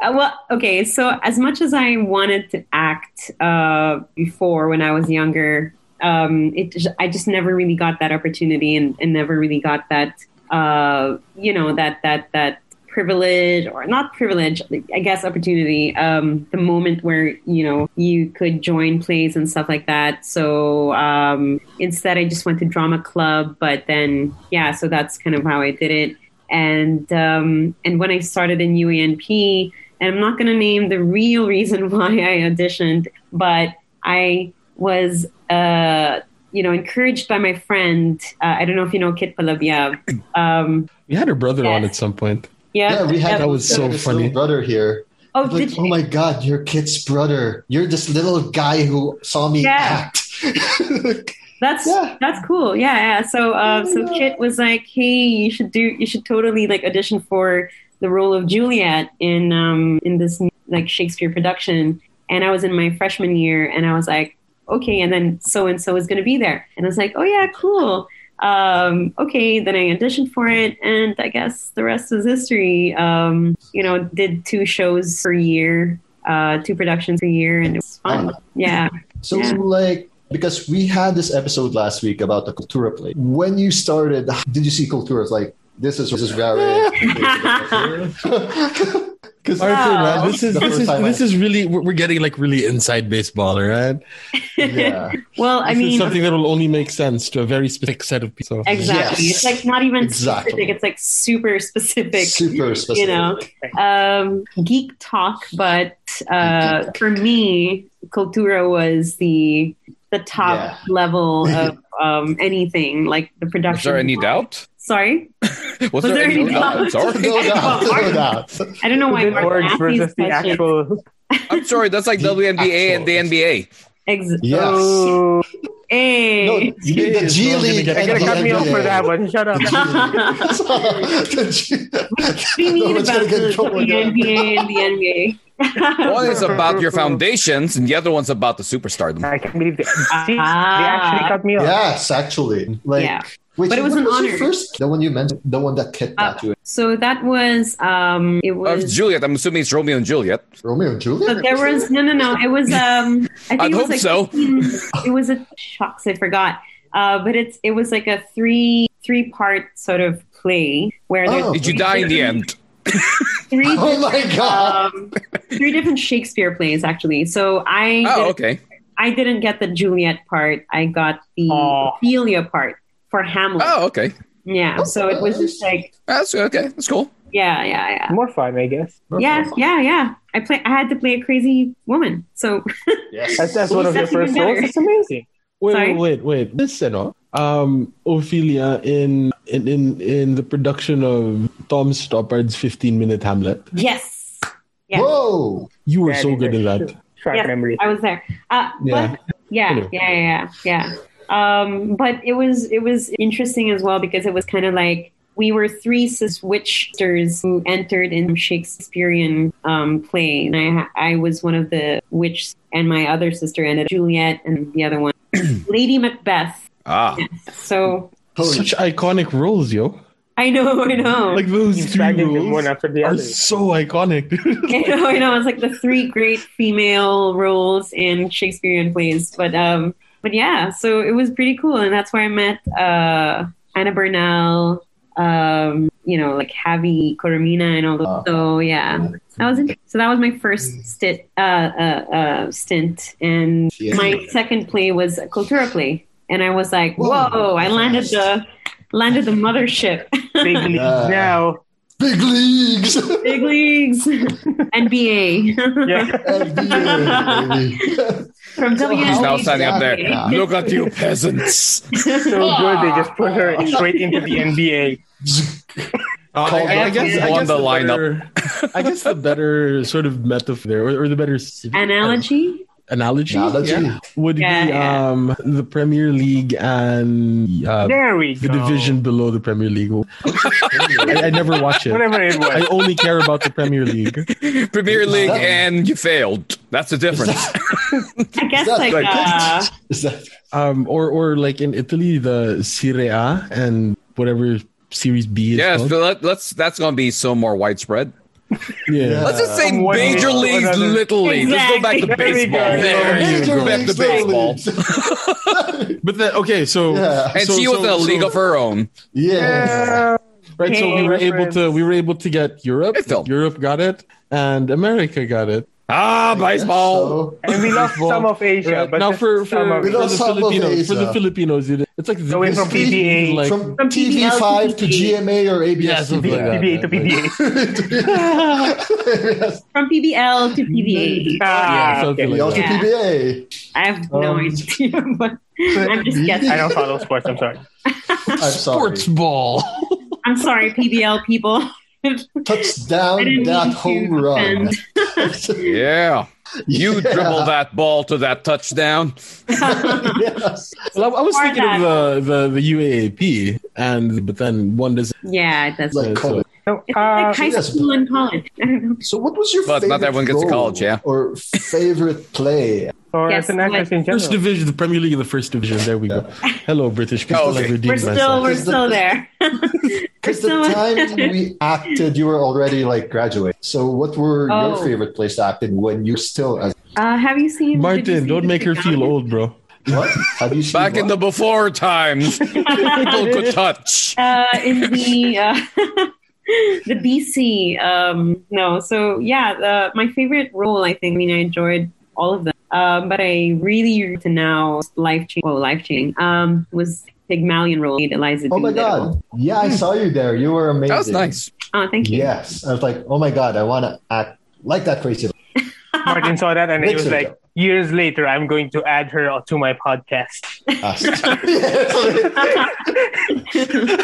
S3: Uh, well, okay. So, as much as I wanted to act uh, before when I was younger, um, it just, I just never really got that opportunity, and, and never really got that uh, you know that that that privilege or not privilege, I guess opportunity. Um, the moment where you know you could join plays and stuff like that. So um, instead, I just went to drama club. But then, yeah. So that's kind of how I did it and um, and when I started in UENP, and I'm not going to name the real [laughs] reason why I auditioned, but I was uh, you know encouraged by my friend. Uh, I don't know if you know
S2: [clears throat]
S3: Kit Palabia. Um,
S4: [laughs] We had her brother on
S3: Yes.
S4: at some point.
S3: yeah,
S2: yeah, we had
S4: That was so
S2: this little
S4: funny.
S2: Brother here.
S3: Oh,
S2: Like,
S3: did
S2: oh my god, your kid's brother. You're this little guy who saw me
S3: Yeah.
S2: [laughs] act.
S3: That's
S2: Yeah.
S3: that's cool. Yeah, yeah. So uh, so Kit was like, "Hey, you should do. You should totally like audition for the role of Juliet in um in this like Shakespeare production." And I was in my freshman year, and I was like, "Okay." And then so and so is going to be there, and I was like, "Oh yeah, cool." Um, okay, then I auditioned for it, and I guess the rest is history. Um, you know, did two shows per year, uh, two productions per year, and it was fun. Yeah.
S2: So,
S3: Yeah.
S2: like, because we had this episode last week about the Cultura play. When you started,
S3: [laughs]
S2: [laughs] did you see Cultura? It's like, this is this is very. Because
S4: Arthur,
S3: Wow.
S4: man, this is this is
S3: [laughs]
S4: this is really we're we're getting like really inside baseball, all right?
S2: yeah.
S3: [laughs] well, I
S4: This is
S3: mean,
S4: something that will only make sense to a very specific set of people.
S3: exactly.
S2: Yes.
S3: It's like not even
S2: Exactly.
S3: specific. It's like super specific.
S2: super specific.
S3: You
S2: [laughs]
S3: know, um, geek talk, but uh, for me, Cultura was the the top
S2: Yeah. [laughs]
S3: level of um, anything, like the production.
S1: Was there any doubt?
S3: Sorry,
S1: Was,
S3: Was there any doubt?
S1: Sorry.
S2: No doubt, no doubt.
S3: I don't know why
S5: The
S3: Mark
S5: words
S3: asked
S5: versus
S3: these
S5: the
S3: questions.
S5: actual.
S1: I'm sorry. That's like
S4: The
S1: WNBA and the
S4: actual-
S1: NBA.
S3: Ex-
S2: Yes.
S5: Oh,
S3: Hey.
S2: No, you need the
S4: Jeez,
S2: G
S4: we're gonna
S2: League
S4: get-
S5: you're
S2: and
S5: gonna
S2: the
S5: cut me off for
S2: NBA.
S5: that one. Shut up.
S2: [laughs] The
S3: [laughs]
S2: G-
S3: What do you mean
S2: No one's
S3: about
S2: gonna get
S3: the,
S2: in trouble
S3: the
S2: with that.
S3: NBA and the NBA?
S1: One is about
S5: [laughs]
S1: your foundations, and the other one's about the superstardom.
S5: I can't believe they, see, they
S3: Ah.
S5: actually cut me off.
S2: Yes, actually. Like,
S3: yeah.
S2: which,
S3: But it was
S2: what
S3: an
S2: your
S3: honor. Uh,
S2: First, the one you mentioned, the one that kidnapped you,
S3: So that was um it
S1: Uh,
S3: was
S1: Juliet. I'm assuming it's Romeo and Juliet.
S2: Romeo and Juliet.
S3: So there was no no no it was um I think
S1: I'd
S3: it was
S1: hope
S3: like
S1: so.
S3: 15 it was a shocks I forgot uh but it's it was like a three three part sort of play where there's
S2: Oh.
S1: Did you die in the end?
S3: three
S2: [laughs]
S1: [laughs]
S2: Oh my god!
S3: um, three different Shakespeare plays actually so I
S1: Oh,
S3: did,
S1: okay.
S3: I didn't get the Juliet part I got the
S5: Aw.
S3: Ophelia part for Hamlet
S1: Oh, okay.
S3: yeah so it was just like
S1: That's okay. That's cool.
S3: yeah yeah yeah
S5: More fun, I guess.
S3: yeah yeah yeah I play I had to play a crazy woman so
S2: Yes.
S5: That's, that's one of your
S3: That's even
S5: first roles.
S3: better.
S5: It's amazing.
S4: Wait,
S3: Sorry?
S4: wait, wait. Listen, oh, um, Ophelia in in in in the production of Tom Stoppard's 15 minute Hamlet.
S3: yes yeah.
S2: Whoa!
S4: You were
S5: Yeah,
S4: so
S5: they-
S4: good in that.
S5: Short
S3: Yes.
S5: memory.
S3: I was there. Uh,
S4: Yeah.
S3: But yeah,
S4: Anyway.
S3: yeah, yeah, yeah. Um, but it was it was interesting as well because it was kind of like we were three sis witchsters who entered in Shakespearean um, play. And I I was one of the witch, and my other sister ended up Juliet, and the other one [clears throat] Lady Macbeth.
S1: Ah,
S3: So
S2: Holy
S4: Such iconic roles, yo.
S3: I know, I know.
S4: Like those
S5: You
S4: two
S5: dragged in one
S4: roles
S5: after the
S4: are
S5: other.
S4: so iconic.
S3: [laughs] I know, I know. It's like the three great female roles in Shakespearean plays. But um, but yeah, so it was pretty cool, and that's where I met uh, Anna Bernal, um, you know, like Javi Coromina and all those.
S2: Ah.
S3: so yeah, that was interesting. so that was my first stint, uh, uh, uh, stint, and
S2: Yeah.
S3: my second play was a Cultura play, and I was like,
S2: Whoa,
S3: whoa, I landed the landed the mothership. [laughs]
S5: Big leagues
S2: Yeah.
S5: now.
S2: big leagues. [laughs]
S3: Big leagues, [laughs] NBA.
S5: Yeah.
S2: NBA,
S3: [laughs]
S2: baby.
S3: From
S2: So
S3: WNBA.
S1: he's
S2: How
S1: now standing up there.
S2: exactly?
S1: Look at you, peasants.
S4: [laughs]
S5: So good. They just put her straight into the NBA.
S4: Uh,
S2: Called
S4: I, I
S2: up
S4: guess, I
S1: on
S4: guess
S1: the
S4: better- I guess the better sort of metaphor there, or, or the better s-
S3: Analogy?
S4: analogy,
S2: Analogy.
S4: yeah, would
S3: Yeah,
S4: be
S3: yeah.
S4: Um, the Premier League and uh,
S5: There we go.
S4: the division below the Premier League. I, I never watch it.
S5: Whatever it
S4: I
S5: was.
S4: only care about the Premier League.
S1: Premier League and you failed. That's the difference.
S3: I guess
S2: That's
S3: like
S1: right.
S3: uh,
S2: Is that
S4: Um, or, or like in Italy, the Serie A and whatever Series B is
S1: yes,
S4: called.
S1: but let, let's. That's going to be so more widespread.
S4: yeah.
S1: Let's just say
S5: From one league
S1: major
S5: to
S1: leagues,
S5: another.
S1: little leagues. Let's go back to
S3: Exactly.
S5: There we
S1: baseball.
S5: go.
S1: There you
S2: Major
S1: go. Back to
S2: leagues, little
S1: baseball.
S2: leagues.
S4: But then, okay, so
S2: Yeah.
S1: And
S4: so-
S1: she was
S4: so-
S1: in a
S4: so-
S1: league of her own.
S2: Yeah.
S5: Yeah.
S4: right. So we
S3: Hey,
S4: were able to
S5: reference.
S4: we were able to get Europe.
S1: Hey, Phil.
S4: Europe got it, and America got it.
S1: Ah, baseball.
S2: So,
S5: And we lost
S4: Baseball.
S5: some of Asia,
S4: Right.
S5: but
S4: Now
S5: just
S4: for for,
S5: some
S4: for
S5: of it.
S2: We
S4: the
S2: lost some of
S4: Filipinos, for the
S2: Asia.
S4: Filipinos, it- it's like the
S5: Going from
S4: biggest
S5: PBA
S4: thing, like
S2: from,
S3: From
S2: TV5 to
S3: PBL.
S2: GMA or ABS.
S4: yeah, something like that,
S5: PBA
S4: right?
S5: to
S4: Like,
S5: PBA.
S3: [laughs]
S2: yes.
S3: from PBL to PBA.
S5: Ah,
S4: Yeah, something
S5: okay.
S2: PBL
S4: like
S2: to
S3: Yeah.
S2: PBA.
S3: uh, I have no
S4: Um,
S3: idea, [laughs] but I'm just
S5: I
S3: guessing.
S5: don't follow sports. I'm sorry.
S2: I'm sorry.
S4: sports ball.
S3: I'm sorry, PBL people. I
S2: Touchdown
S3: didn't
S2: that
S3: mean
S2: home
S3: to
S2: run. [laughs]
S3: offend.
S1: Yeah. You
S2: Yeah.
S1: dribble that ball to that touchdown.
S2: [laughs] yes.
S4: Well, I, I was
S3: Or
S4: thinking of the, the the UAAP, and but then one doesn't.
S3: yeah, that's
S2: Like college.
S4: [laughs]
S5: So,
S3: it's
S5: uh,
S3: like high
S2: yes,
S3: school and college. [laughs] I don't know.
S2: So, what was your
S1: But not
S2: favorite?
S1: everyone gets to
S2: role
S1: college, yeah.
S2: Or favorite play?
S5: or
S3: Yes,
S5: as an actress
S3: like-
S5: in general.
S4: First [laughs] division, the Premier League in the first division. There we go. Hello, British people.
S1: okay.
S4: I've redeemed
S3: We're still
S4: myself.
S3: we're
S2: Is the-
S3: still there. we're
S2: Because the
S3: still
S2: time we acted, you were already like graduating. So, what were
S3: Oh.
S2: your favorite place to act in when you still as
S3: uh, have you seen did you
S4: Martin,
S3: see
S4: don't
S3: the
S4: make her
S3: [laughs]
S4: feel
S3: Sopranos?
S4: old, bro.
S2: what? Have you seen
S1: Back in the
S2: what? [laughs]
S4: [laughs]
S1: before times, people could touch.
S3: uh, [laughs] in the uh, the BC. Um, no, so yeah, the, my favorite role. I think. I mean, I enjoyed all of them, um, but I really to now life change. Well, life changing um, was Pygmalion role. Eliza.
S2: Oh my
S3: Doolittle.
S1: [laughs]
S2: god! Yeah, I saw you there. You were amazing.
S1: That was nice.
S3: Oh, thank you.
S2: Yes, I was like, oh my god, I want to act like that crazy. [laughs]
S5: Martin saw that and he was
S2: Mixer,
S5: like, years later, I'm going to add her to my podcast.
S2: Us. [laughs] wow,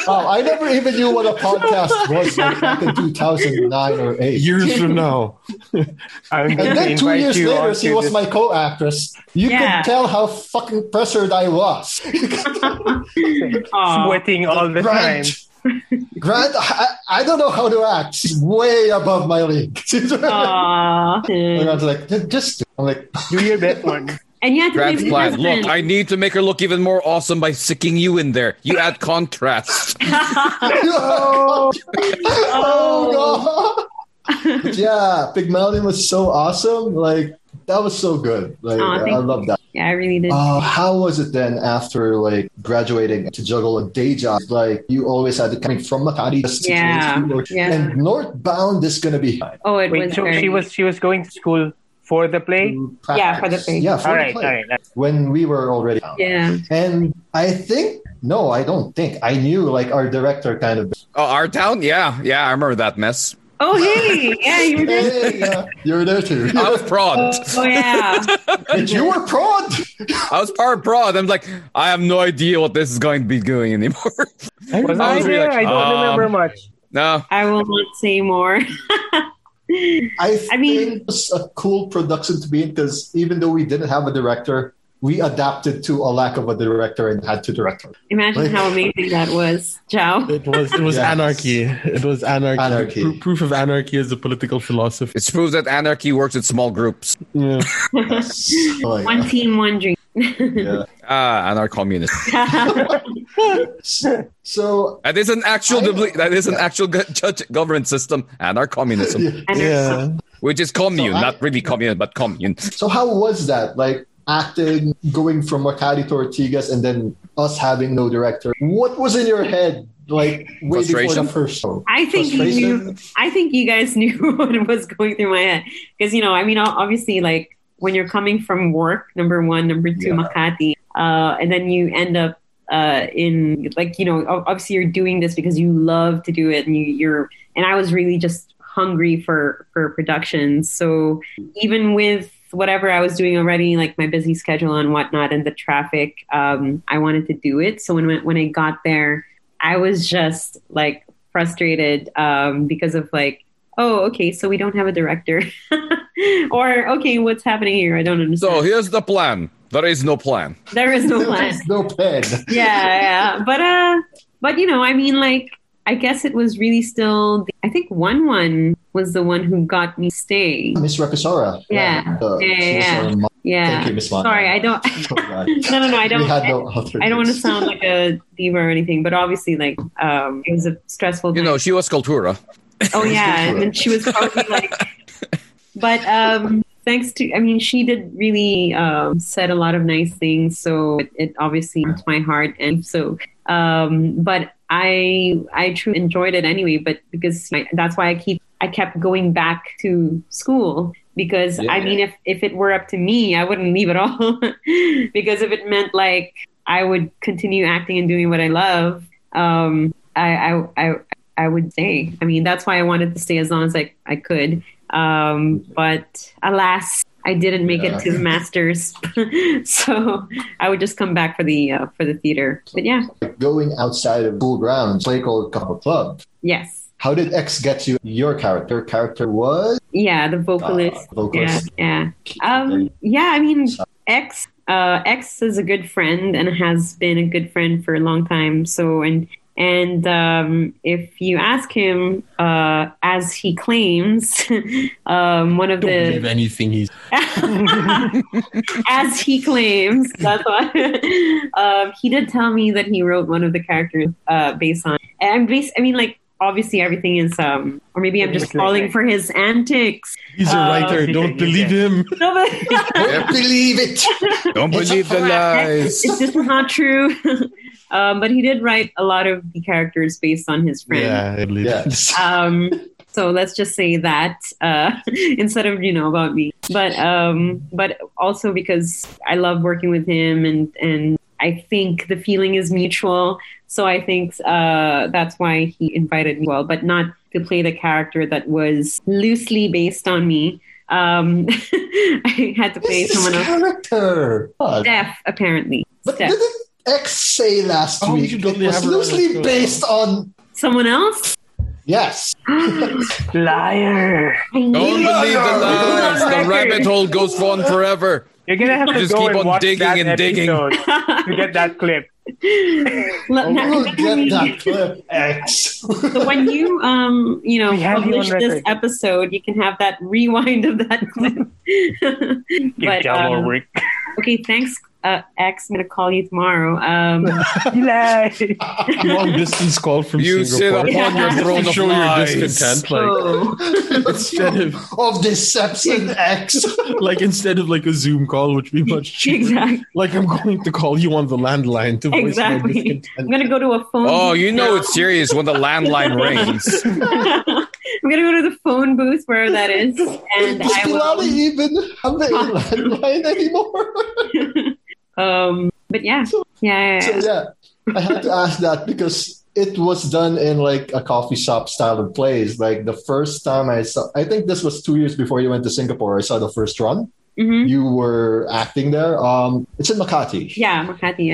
S2: Oh, I never even knew what a podcast was like back
S3: [laughs]
S2: in 2009 or 8.
S4: Years
S5: [laughs]
S4: from now,
S5: I'm going
S2: and then
S5: to
S2: two
S5: invite
S2: years
S5: you
S2: later,
S5: on
S2: she was my co-actress. You
S3: Yeah.
S2: can tell how fucking pressured I
S5: [laughs]
S2: was.
S3: Aw.
S5: sweating all the time.
S2: Grant, Grant, I, I don't know how to act. She's way above my league. [laughs] She's
S3: Oh.
S2: [laughs]
S3: Aw.
S2: And I
S3: and
S2: was like, "Ju- just. do it." I'm like, [laughs]
S5: Do your best, Martin.
S3: you had to play
S1: Grant's
S3: the
S1: plan. Look,
S3: husband.
S1: I need to make her look even more awesome by sticking you in there. You add contrast.
S2: [laughs] oh,
S3: Oh. [laughs]
S2: God. But yeah, Pygmalion was so awesome. Like that was so good. Like
S3: Aw, thank
S2: I love that.
S3: [laughs] yeah, I really did.
S2: Uh, how was it then after like graduating to juggle a day job? Like you always had to coming from Makati just to
S3: Yeah,
S2: go to work.
S3: yeah.
S2: and northbound is gonna be hard.
S3: oh, it
S5: Wait,
S3: was.
S5: so
S3: very-
S5: she was she was going to school for the
S2: Mm.
S5: play?
S3: Yeah, for the play.
S2: Yeah, for
S5: All
S2: the
S5: right, all
S2: play.
S5: right.
S2: When we were already out.
S3: Yeah.
S2: And I think no, I don't think I knew like our director kind
S3: [laughs]
S2: of.
S1: Oh, our town? Yeah, yeah, I remember that mess.
S3: Oh hey, yeah, you
S2: [laughs]
S3: were there.
S2: Hey, yeah, you're there too.
S1: I was
S3: Oh,
S1: prod.
S3: oh, yeah.
S2: And you were prod.
S1: I was part prod. I'm like, I have no idea what this is going to be doing anymore. [laughs]
S4: I
S5: Was
S4: remember-
S5: I there? I don't
S1: um,
S5: remember much.
S1: no,
S3: I will not say more. [laughs]
S2: I, think
S3: mean-
S2: it was a cool production to be in because even though we didn't have a director, we adapted to a lack of a director and had to direct her.
S3: Imagine how amazing that was.
S4: [laughs]
S3: Ciao. [laughs]
S4: It was it was
S2: Yes.
S4: anarchy. It was anarchy.
S2: Anarchy.
S4: Pro- proof of anarchy is a political philosophy.
S1: it's proof that anarchy works in small groups.
S4: Yeah.
S2: Oh,
S3: one
S2: yeah.
S3: team, one dream. [laughs]
S2: Yeah.
S1: Ah, anarcho communist.
S2: So
S1: That is an actual
S2: I-
S1: dubli- that is an actual go- judge government system, anarcho communism,
S3: And
S4: yeah.
S1: which is commune,
S2: So I- [laughs]
S1: not really commune, but commune.
S2: so how was that? Like acting, going from Makati to Ortigas and then us having no director. What was in your head like way before the
S1: Frustration?
S2: first show?
S3: I think [laughs] you knew. I think you guys [laughs] knew what was going through my head because you know, I mean, ob- obviously, like when you're coming from work, number one, number two,
S2: Yeah.
S3: Makati, uh, and then you end up uh, in like you know, ob- obviously, you're doing this because you love to do it, and you, you're. And I was really just hungry for for production, so even with whatever I was doing already, like my busy schedule and whatnot, and the traffic, um, I wanted to do it. So when when I got there, I was just like frustrated um, because of like, oh, okay, so we don't have a director, [laughs] or okay, what's happening here? I don't
S1: So
S3: understand.
S1: here's the plan. There is no plan.
S3: there is
S2: [laughs]
S3: no plan.
S2: no pen.
S3: yeah, yeah, but uh, but you know, I mean, like, I guess it was really still. The, I think one one was the one who got me stay.
S2: Miss Rapisora.
S3: Yeah.
S2: Uh,
S3: Yeah,
S2: she was
S3: yeah.
S2: our mom.
S3: Yeah.
S2: Thank you, Miss Wanda.
S3: Sorry, I don't.
S2: Oh, God.
S3: [laughs] No, no, no. I don't.
S2: we had no other
S3: I don't want to
S2: dates.
S3: sound like a diva or anything, but obviously, like, um, it was a stressful.
S1: You
S3: Time.
S1: know, she was cultura.
S3: [laughs] oh yeah, and then she was probably like, but um, thanks to, I mean, she did really um, said a lot of nice things, so it, it obviously warmed my heart, and so, um, but I I truly enjoyed it anyway, but because my, that's why I keep I kept going back to school because I
S2: Yeah.
S3: mean if if it were up to me I wouldn't leave at all [laughs] because if it meant like I would continue acting and doing what I love um I I I, I would stay I mean that's why I wanted to stay as long as I, I could um but alas I didn't make
S2: Yeah.
S3: it to the masters [laughs] so I would just come back for the uh, for the theater but yeah
S2: Like, going outside of school grounds, play called Couple Club.
S3: yes
S2: How did X get you your character? Your character was
S3: Yeah, the
S2: Uh,
S3: vocalist.
S2: vocalist.
S3: Yeah, yeah. Um, yeah, I mean, X. Uh, X is a good friend and has been a good friend for a long time. So, and and um, if you ask him, uh, as he claims, [laughs] um, one of
S4: Don't believe
S3: the
S4: anything he's
S3: [laughs] as he claims, that's what [laughs] um, he did tell me that he wrote one of the characters uh, based on. And based, I mean, like obviously everything is, um, or maybe I'm just
S5: It's like-
S3: falling for his antics. [laughs]
S4: he's a
S3: Uh,
S4: writer. Don't believe him.
S3: No, but
S4: [laughs]
S2: Don't believe it.
S1: Don't
S2: It's a
S1: believe the
S3: fact.
S1: lies.
S3: it's just not true. [laughs] Um, but he did write a lot of the characters based on his friend.
S4: Yeah, I believe
S2: Yeah.
S4: it.
S3: Um, so let's just say that uh, [laughs] instead of you know about me, but um, but also because I love working with him and and I think the feeling is mutual. So I think uh, that's why he invited me well, but not to play the character that was loosely based on me. Um, [laughs] I had to play
S2: It's this
S3: someone else.
S2: character. God.
S3: Steph, apparently.
S2: But
S3: Steph.
S2: didn't X say last
S4: Oh,
S2: week
S4: you
S2: it
S4: don't
S2: was
S4: have her on the
S2: loosely
S4: show.
S2: based on
S3: Someone else? [laughs]
S2: yes.
S3: I
S5: Liar.
S3: knew
S1: Don't
S3: it.
S1: believe the lies.
S3: It's on
S1: The
S3: record.
S1: rabbit hole goes on forever.
S5: You're gonna have to
S1: Just
S5: go
S1: keep
S5: and
S1: on
S5: watch
S1: digging and
S5: that
S1: digging.
S5: episode to
S3: [laughs]
S5: get that clip.
S2: Oh,
S3: Let- not-
S2: we'll get that clip
S3: [laughs]
S2: X. [laughs]
S3: when you um you know
S5: We have you
S3: publish
S5: on
S3: this
S5: record.
S3: episode, you can have that rewind of
S5: [laughs]
S3: that clip.
S5: Give
S3: But,
S5: Jell-O
S3: um,
S5: a break.
S3: okay, thanks, uh, X. I'm gonna call you tomorrow. Um,
S5: [laughs] He lied.
S4: Long distance call from
S1: You sit
S4: Singapore.
S1: upon
S3: your
S4: Just to
S1: throne of
S4: show
S1: lies.
S4: your discontent, like
S3: so
S2: Oh.
S4: instead of
S2: of deception X.
S4: like instead of like a Zoom call, which
S3: [laughs]
S4: would be much cheaper.
S3: exactly.
S4: Like I'm going to call you on the landline to voice my
S3: Exactly.
S4: discontent.
S3: I'm gonna go to a phone.
S1: Oh,
S3: booth
S1: you know
S3: now.
S1: it's serious when the
S2: [laughs]
S1: landline rings.
S3: [laughs] I'm gonna go to the phone booth wherever that is, [laughs] and
S2: Does
S3: I
S2: Pilani
S3: will.
S2: even
S3: [laughs]
S2: have a landline anymore? [laughs]
S3: Um, but yeah, yeah,
S2: so
S3: yeah,
S2: yeah, I had to ask that because it was done in like a coffee shop style of plays. Like the first time I saw, I think this was two years before you went to Singapore. I saw the first run.
S3: yeah. hmm
S2: You were acting there. Um, it's in Makati.
S3: yeah Makati.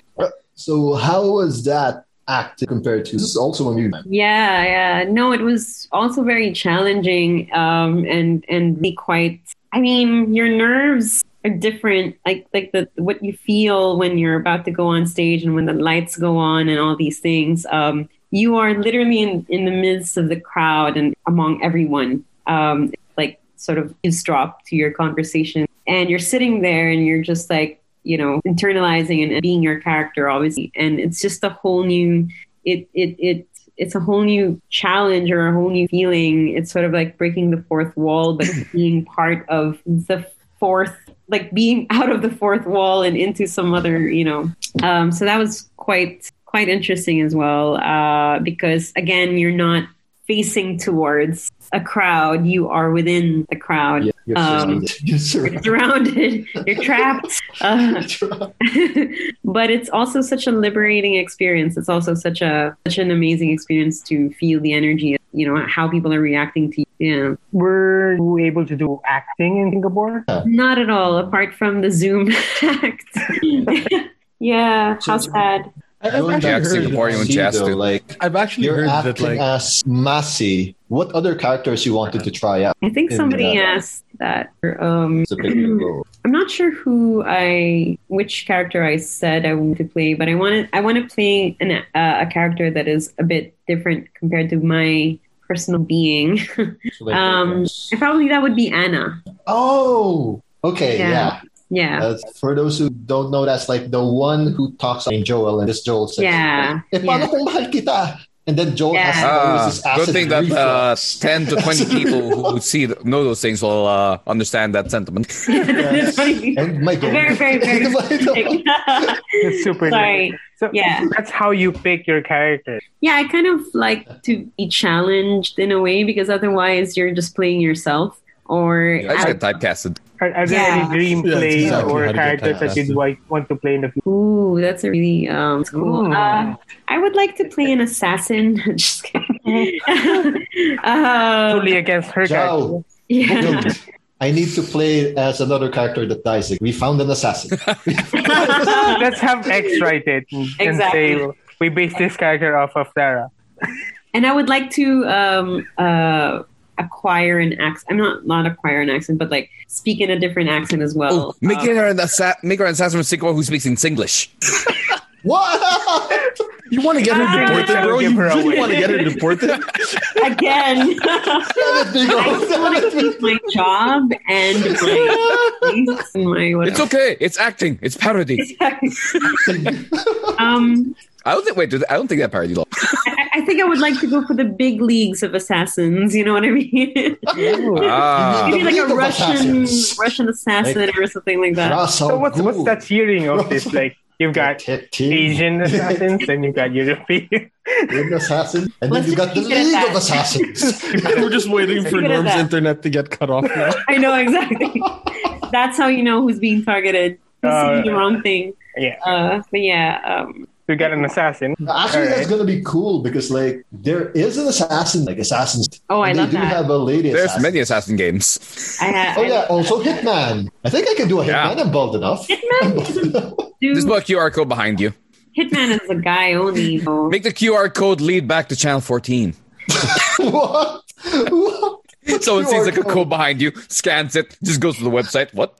S2: So how was that acting compared to? This is also a new [laughs] man.
S3: Yeah, yeah. No, it was also very challenging um, and and be quite. I mean, your nerves are different. Like like the what you feel when you're about to go on stage and when the lights go on and all these things. Um, you are literally in in the midst of the crowd and among everyone. Um, like sort of eavesdrop to your conversation, and you're sitting there and you're just like you know internalizing and, and being your character obviously, and it's just a whole new it it it it's a whole new challenge or a whole new feeling. It's sort of like breaking the fourth wall, but being part of the fourth, like being out of the fourth wall and into some other, you know. Um, so that was quite quite interesting as well, uh, because again, you're not facing towards a crowd; you are within the crowd.
S2: Yeah, you're
S3: Um,
S2: surrounded. You're
S3: You're
S2: surrounded.
S3: [laughs] surrounded. You're trapped. Uh, [laughs] but it's also such a liberating experience. It's also such a such an amazing experience to feel the energy, you know, how people are reacting to you.
S5: Were you able to do acting in Singapore?
S3: Yeah. Not at all, apart from the Zoom [laughs] act. [laughs] yeah, how sad.
S4: I- I've
S2: Going
S1: back
S4: actually
S2: back
S1: to Singapore,
S4: heard-
S1: you
S2: Singapore,
S1: went to ask to-
S2: like
S4: I've actually
S2: you're
S4: heard that
S2: acting
S4: like
S2: as Massey. What other characters you wanted to try out?
S3: I think
S2: Yeah.
S3: somebody asked that. Um,
S2: It's a big
S4: [clears throat]
S2: role.
S3: I'm not sure who I, which character I said I wanted to play, but I wanted I want to play an, uh, a character that is a bit different compared to my personal being. [laughs]
S2: So, like,
S3: Um, and probably that would be Anna.
S2: Oh, okay,
S3: Yeah.
S2: yeah.
S3: [laughs] Yeah.
S2: Uh, for those who don't know, that's like the one who talks on Joel, and this Joel says,
S3: Yeah,
S2: "Eh, paano
S3: yeah.
S2: kung mahal kita?" And then Joel
S3: Yeah.
S2: has to
S1: Ah,
S2: use his acid
S1: good thing that uh,
S2: reflux.
S1: 10 to
S2: [laughs]
S1: 20 people who see th- know those things will uh, understand that sentiment.
S3: [laughs]
S2: Yes. [laughs]
S3: very,
S2: and [laughs] Michael.
S3: very, very [laughs] specific.
S5: It's super
S3: Sorry.
S5: So
S3: Yeah.
S5: that's how you pick your character.
S3: Yeah, I kind of like to be challenged in a way because otherwise you're just playing yourself. Or
S1: I just get typecasted.
S5: Are, are there
S3: Yeah.
S5: any dream
S4: Yeah, it's
S5: plays
S4: exactly how
S5: or
S4: to get
S5: characters that
S4: typecasted.
S5: you'd like, want to play in the future?
S3: ooh, that's a really um, it's cool. Uh, I would like to play an assassin. [laughs] just kidding. [laughs] um,
S5: Totally against her
S2: Joe,
S5: character.
S1: [laughs]
S3: yeah.
S2: Googled. I need to play as another character that dies. Like, we found an
S3: [laughs]
S2: assassin.
S5: [laughs] Let's have X write it and
S3: Exactly.
S5: say we base this character off of Sarah.
S3: and I would like to um, uh, acquire an accent. I'm not not acquire an accent, but like speak in a different accent as well.
S1: Oh, make
S3: Um,
S1: her an assa- make her an assassin from Singapore who speaks in Singlish.
S2: what?
S4: you want to get her
S3: Ah.
S4: deported, bro.
S5: Give
S4: You
S5: her
S4: really
S5: away.
S4: want to get her deported?
S1: [laughs]
S3: again.
S2: That would be
S3: I just want to
S2: good.
S3: keep my job and my
S1: [laughs]
S3: place and my
S1: It's
S3: [laughs] whatever.
S1: okay. It's acting. It's parody.
S3: um,
S1: I don't think. Wait, I don't think that
S2: [laughs]
S1: parody law.
S3: I, I think I would like to go for the big leagues of assassins. You know what
S2: [laughs]
S3: I mean?
S1: Ah,
S3: Maybe like
S2: league
S3: a
S2: of
S3: Russian
S2: assassins.
S3: Russian assassin or something like that.
S2: Ra's al
S5: Oh, So what's, what's
S2: Ghul.
S5: that cheering of this? Like You've [laughs] got
S2: Hit team.
S5: Asian assassins and you've got European. [laughs]
S2: Asian assassin, and then
S3: Let's
S2: you got the
S3: keep it at
S2: League
S3: that.
S2: of
S3: [laughs]
S2: Assassins.
S4: We're just waiting for
S3: Look at
S4: Norm's
S3: that.
S4: internet to get cut off now.
S3: I know
S2: [laughs]
S3: exactly. That's how you know who's being targeted. Who's
S5: Uh,
S3: doing the wrong thing.
S5: yeah.
S3: Uh, but yeah, um,
S5: We've got an assassin.
S2: Actually,
S5: Alright.
S2: that's gonna be cool because like there is an assassin, like assassins.
S3: Oh, I
S2: they
S3: love
S2: do
S3: that.
S2: have a lady.
S1: There's
S2: assassin.
S1: many assassin games.
S3: I have.
S2: Oh yeah, also Hitman. I think I can do a
S1: Yeah.
S2: Hitman. I'm bold
S3: [laughs]
S2: enough. [laughs]
S3: Hitman doesn't do.
S1: Just put a QR code behind you.
S3: Hitman is a guy only. though. [laughs]
S1: Make the QR code lead back to channel 14.
S2: what? What?
S1: So it sees
S2: QR
S1: like a
S2: code.
S1: code behind you, scans it, just goes to the website. What?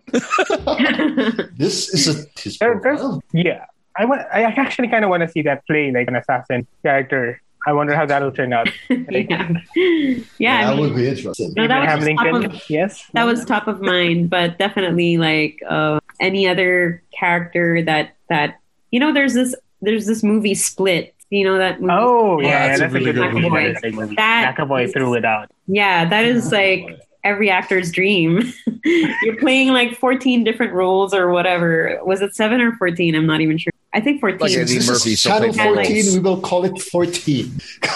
S2: This is a his
S5: There- there's-
S2: profile.
S5: Yeah. I, wa- I actually kind of want to see that play like an assassin character. I wonder how that'll turn out.
S3: [laughs] yeah, yeah. I
S2: that
S3: mean,
S2: would be interesting.
S3: No, that
S5: Abraham
S3: was top
S5: Lincoln. yes.
S3: that was top of mind, but definitely like uh, any other character that that you know. There's this there's this movie Split. You know that movie?
S5: Oh, yeah,
S4: Yeah,
S5: yeah,
S4: that's
S5: that's,
S4: a
S5: a
S4: really
S5: good
S4: good
S5: movie.
S3: one.
S5: That's a good movie.
S3: That
S5: McAvoy
S3: is-
S5: threw it out.
S3: Yeah, that is
S1: Oh,
S3: like every actor's dream. [laughs] You're playing like 14 different roles or whatever. Was it seven or 14? I'm not even sure. I think 14.
S1: Like Eddie
S2: This is
S1: Murphy still
S2: Channel
S1: played
S3: four
S2: 14.
S1: roles.
S2: We will call it 14.
S3: [laughs]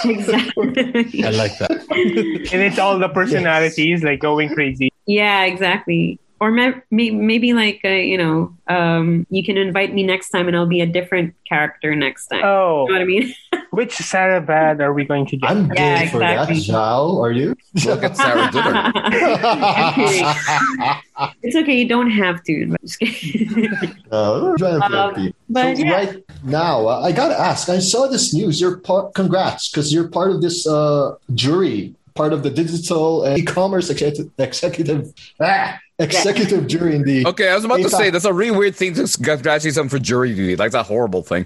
S3: exactly.
S4: I like that.
S5: And it's all the personalities like going crazy.
S3: Yeah, exactly. Or may- may- maybe like uh, you know, um, you can invite me next time, and I'll be a different character next time. You know what
S5: Oh,
S3: I mean?
S5: which Sarah Bad are we going to get?
S2: I'm game
S3: Yeah,
S2: for that.
S3: exactly.
S2: Zhao, are
S3: [laughs]
S2: you?
S1: Look at
S2: [laughs]
S1: Sarah Dinner.
S2: uh,
S3: it's okay. You don't have to. I'm just [laughs] kidding.
S2: I'm trying to
S3: Um,
S2: flip you.
S3: but
S2: Oh, so
S3: yeah.
S2: right now, uh, I gotta ask. I saw this news. You're part. Congrats, because you're part of this uh, jury, part of the digital and e-commerce executive executive, ah, executive jury in the.
S1: Okay, I was about to
S2: It's
S1: say
S2: a-
S1: that's a really weird thing to congratulate someone for jury duty. Like that's a horrible thing.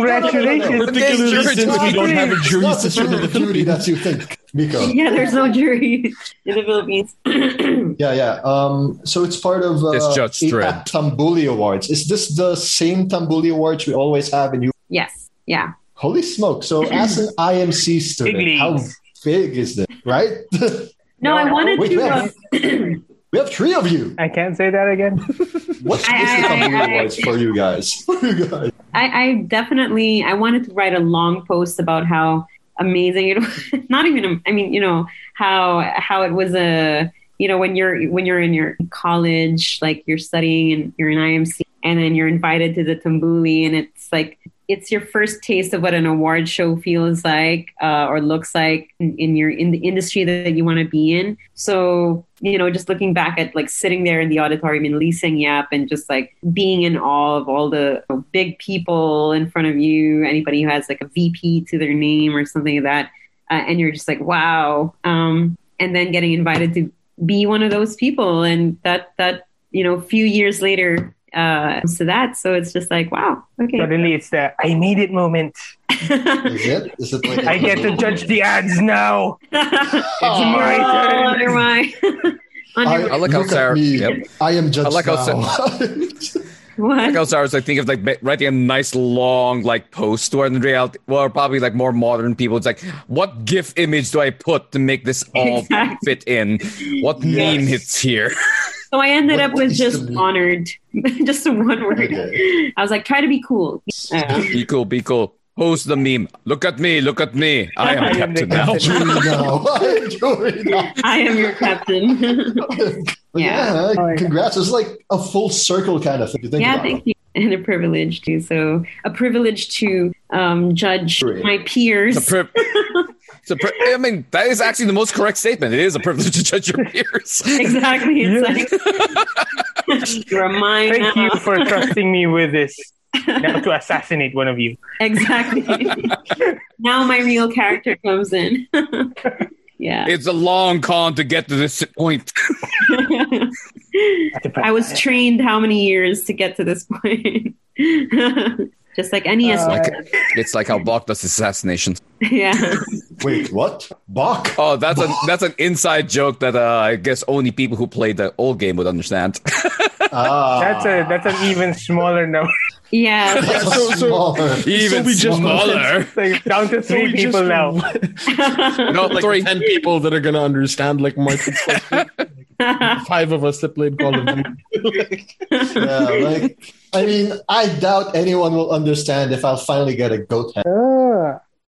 S5: Congratulations.
S1: This
S4: Particularly
S1: jury
S4: since we
S1: duty.
S4: don't have a jury
S2: Not the
S4: system in
S2: jury
S4: the
S2: duty
S4: Philippines.
S2: that you think, Miko.
S3: [laughs] yeah, there's no jury uh, [laughs] in the Philippines. [clears throat]
S2: Yeah, yeah. Um, so it's part of uh,
S1: This Judge
S2: the
S1: Dredd.
S2: Tambuli Awards. Is this the same Tambuli Awards we always have in you?
S3: yes. Yeah.
S2: Holy smoke! So as an IMC student,
S5: Big
S2: how
S5: leagues.
S2: big is this? Right?
S3: No,
S5: No,
S3: I
S5: no.
S3: wanted
S2: Wait,
S3: to.
S2: wait.
S3: uh,
S2: we have three of you.
S5: I can't say that again.
S2: What is the
S3: I- I- I-
S2: Tambuli
S3: I-
S2: Awards for you guys? [laughs] For you guys.
S3: I, I definitely I wanted to write a long post about how amazing it [laughs] was. Not even I mean you know how how it was a you know when you're when you're in your college like you're studying and you're in IMC and then you're invited to the Tambuli and it's like it's your first taste of what an award show feels like uh, or looks like in, in your in the industry that you want to be in. So you know, just looking back at like sitting there in the auditorium in Leasing Yap and just like being in awe of all the you know, big people in front of you, anybody who has like a VP to their name or something like that, uh, and you're just like, wow. Um, and then getting invited to be one of those people, and that that you know, a few years later. Uh, to that, so it's just like wow, okay.
S5: Suddenly it's the I made it moment.
S3: [laughs]
S2: Is it? Is it like
S5: I get to judge the ads now.
S3: oh,
S5: It's my turn.
S3: under my, [laughs] under
S1: I like how
S2: look at
S1: Sarah-
S2: me.
S1: yep.
S2: I am judge
S1: I like how
S2: now. [laughs]
S3: what?
S1: Like I was like thinking of like ba- writing a nice long like post where in reality, well, probably like more modern people. It's like, what GIF image do I put to make this all
S3: Exactly.
S1: fit in? What
S2: Yes.
S1: meme hits here?
S3: So I ended
S2: What
S3: up with
S2: is the
S3: just
S2: meaning?
S3: honored, [laughs] just the one word.
S2: Okay.
S3: I was like, try to be cool. Uh,
S1: be cool, be cool. Post the meme. Look at me, look at me. I
S5: I
S1: am
S5: am
S1: captain
S5: the
S1: now.
S5: captain.
S2: jury now. I am jury now.
S3: I am your captain. [laughs]
S2: But
S3: Yeah.
S2: yeah.
S5: Oh, yeah.
S2: congrats. It's like a full circle kind of thing. You think
S3: yeah,
S2: about it.
S3: thank you. And a privilege too. So a privilege to um, judge
S2: Great.
S3: my peers.
S1: It's a priv- it's a pri- I mean, that is actually the most correct statement. It is a privilege to judge your peers.
S3: [laughs] exactly. It's like [laughs] you're mine
S5: Thank
S3: now.
S5: you for trusting me with this. Now to assassinate one of you.
S3: exactly. now my real character comes in. [laughs] yeah.
S1: It's a long con to get to this point.
S3: [laughs] I was trained how many years to get to this point? [laughs] Just like any
S5: Uh,
S3: assassin.
S1: Like it's like how Block does assassinations.
S3: [laughs] yeah.
S2: Wait, what? Bach?
S1: Oh, that's a that's an inside joke that uh, I guess only people who played the old game would understand.
S2: Ah.
S5: [laughs] That's a that's an even smaller number. [laughs]
S2: [laughs]
S3: Yeah.
S2: That's
S4: so- so-
S2: smaller.
S1: Even
S4: we just- [laughs]
S1: smaller.
S5: Like down to
S4: So
S5: three
S4: we just-
S5: people now.
S1: no,
S4: like
S1: three.
S4: 10 people that are going to understand like Martin's question.
S3: yeah. [laughs]
S4: five of us that played Call of Duty.
S2: yeah, like I mean, I doubt anyone will understand if I'll finally get a goat head.
S5: Ah,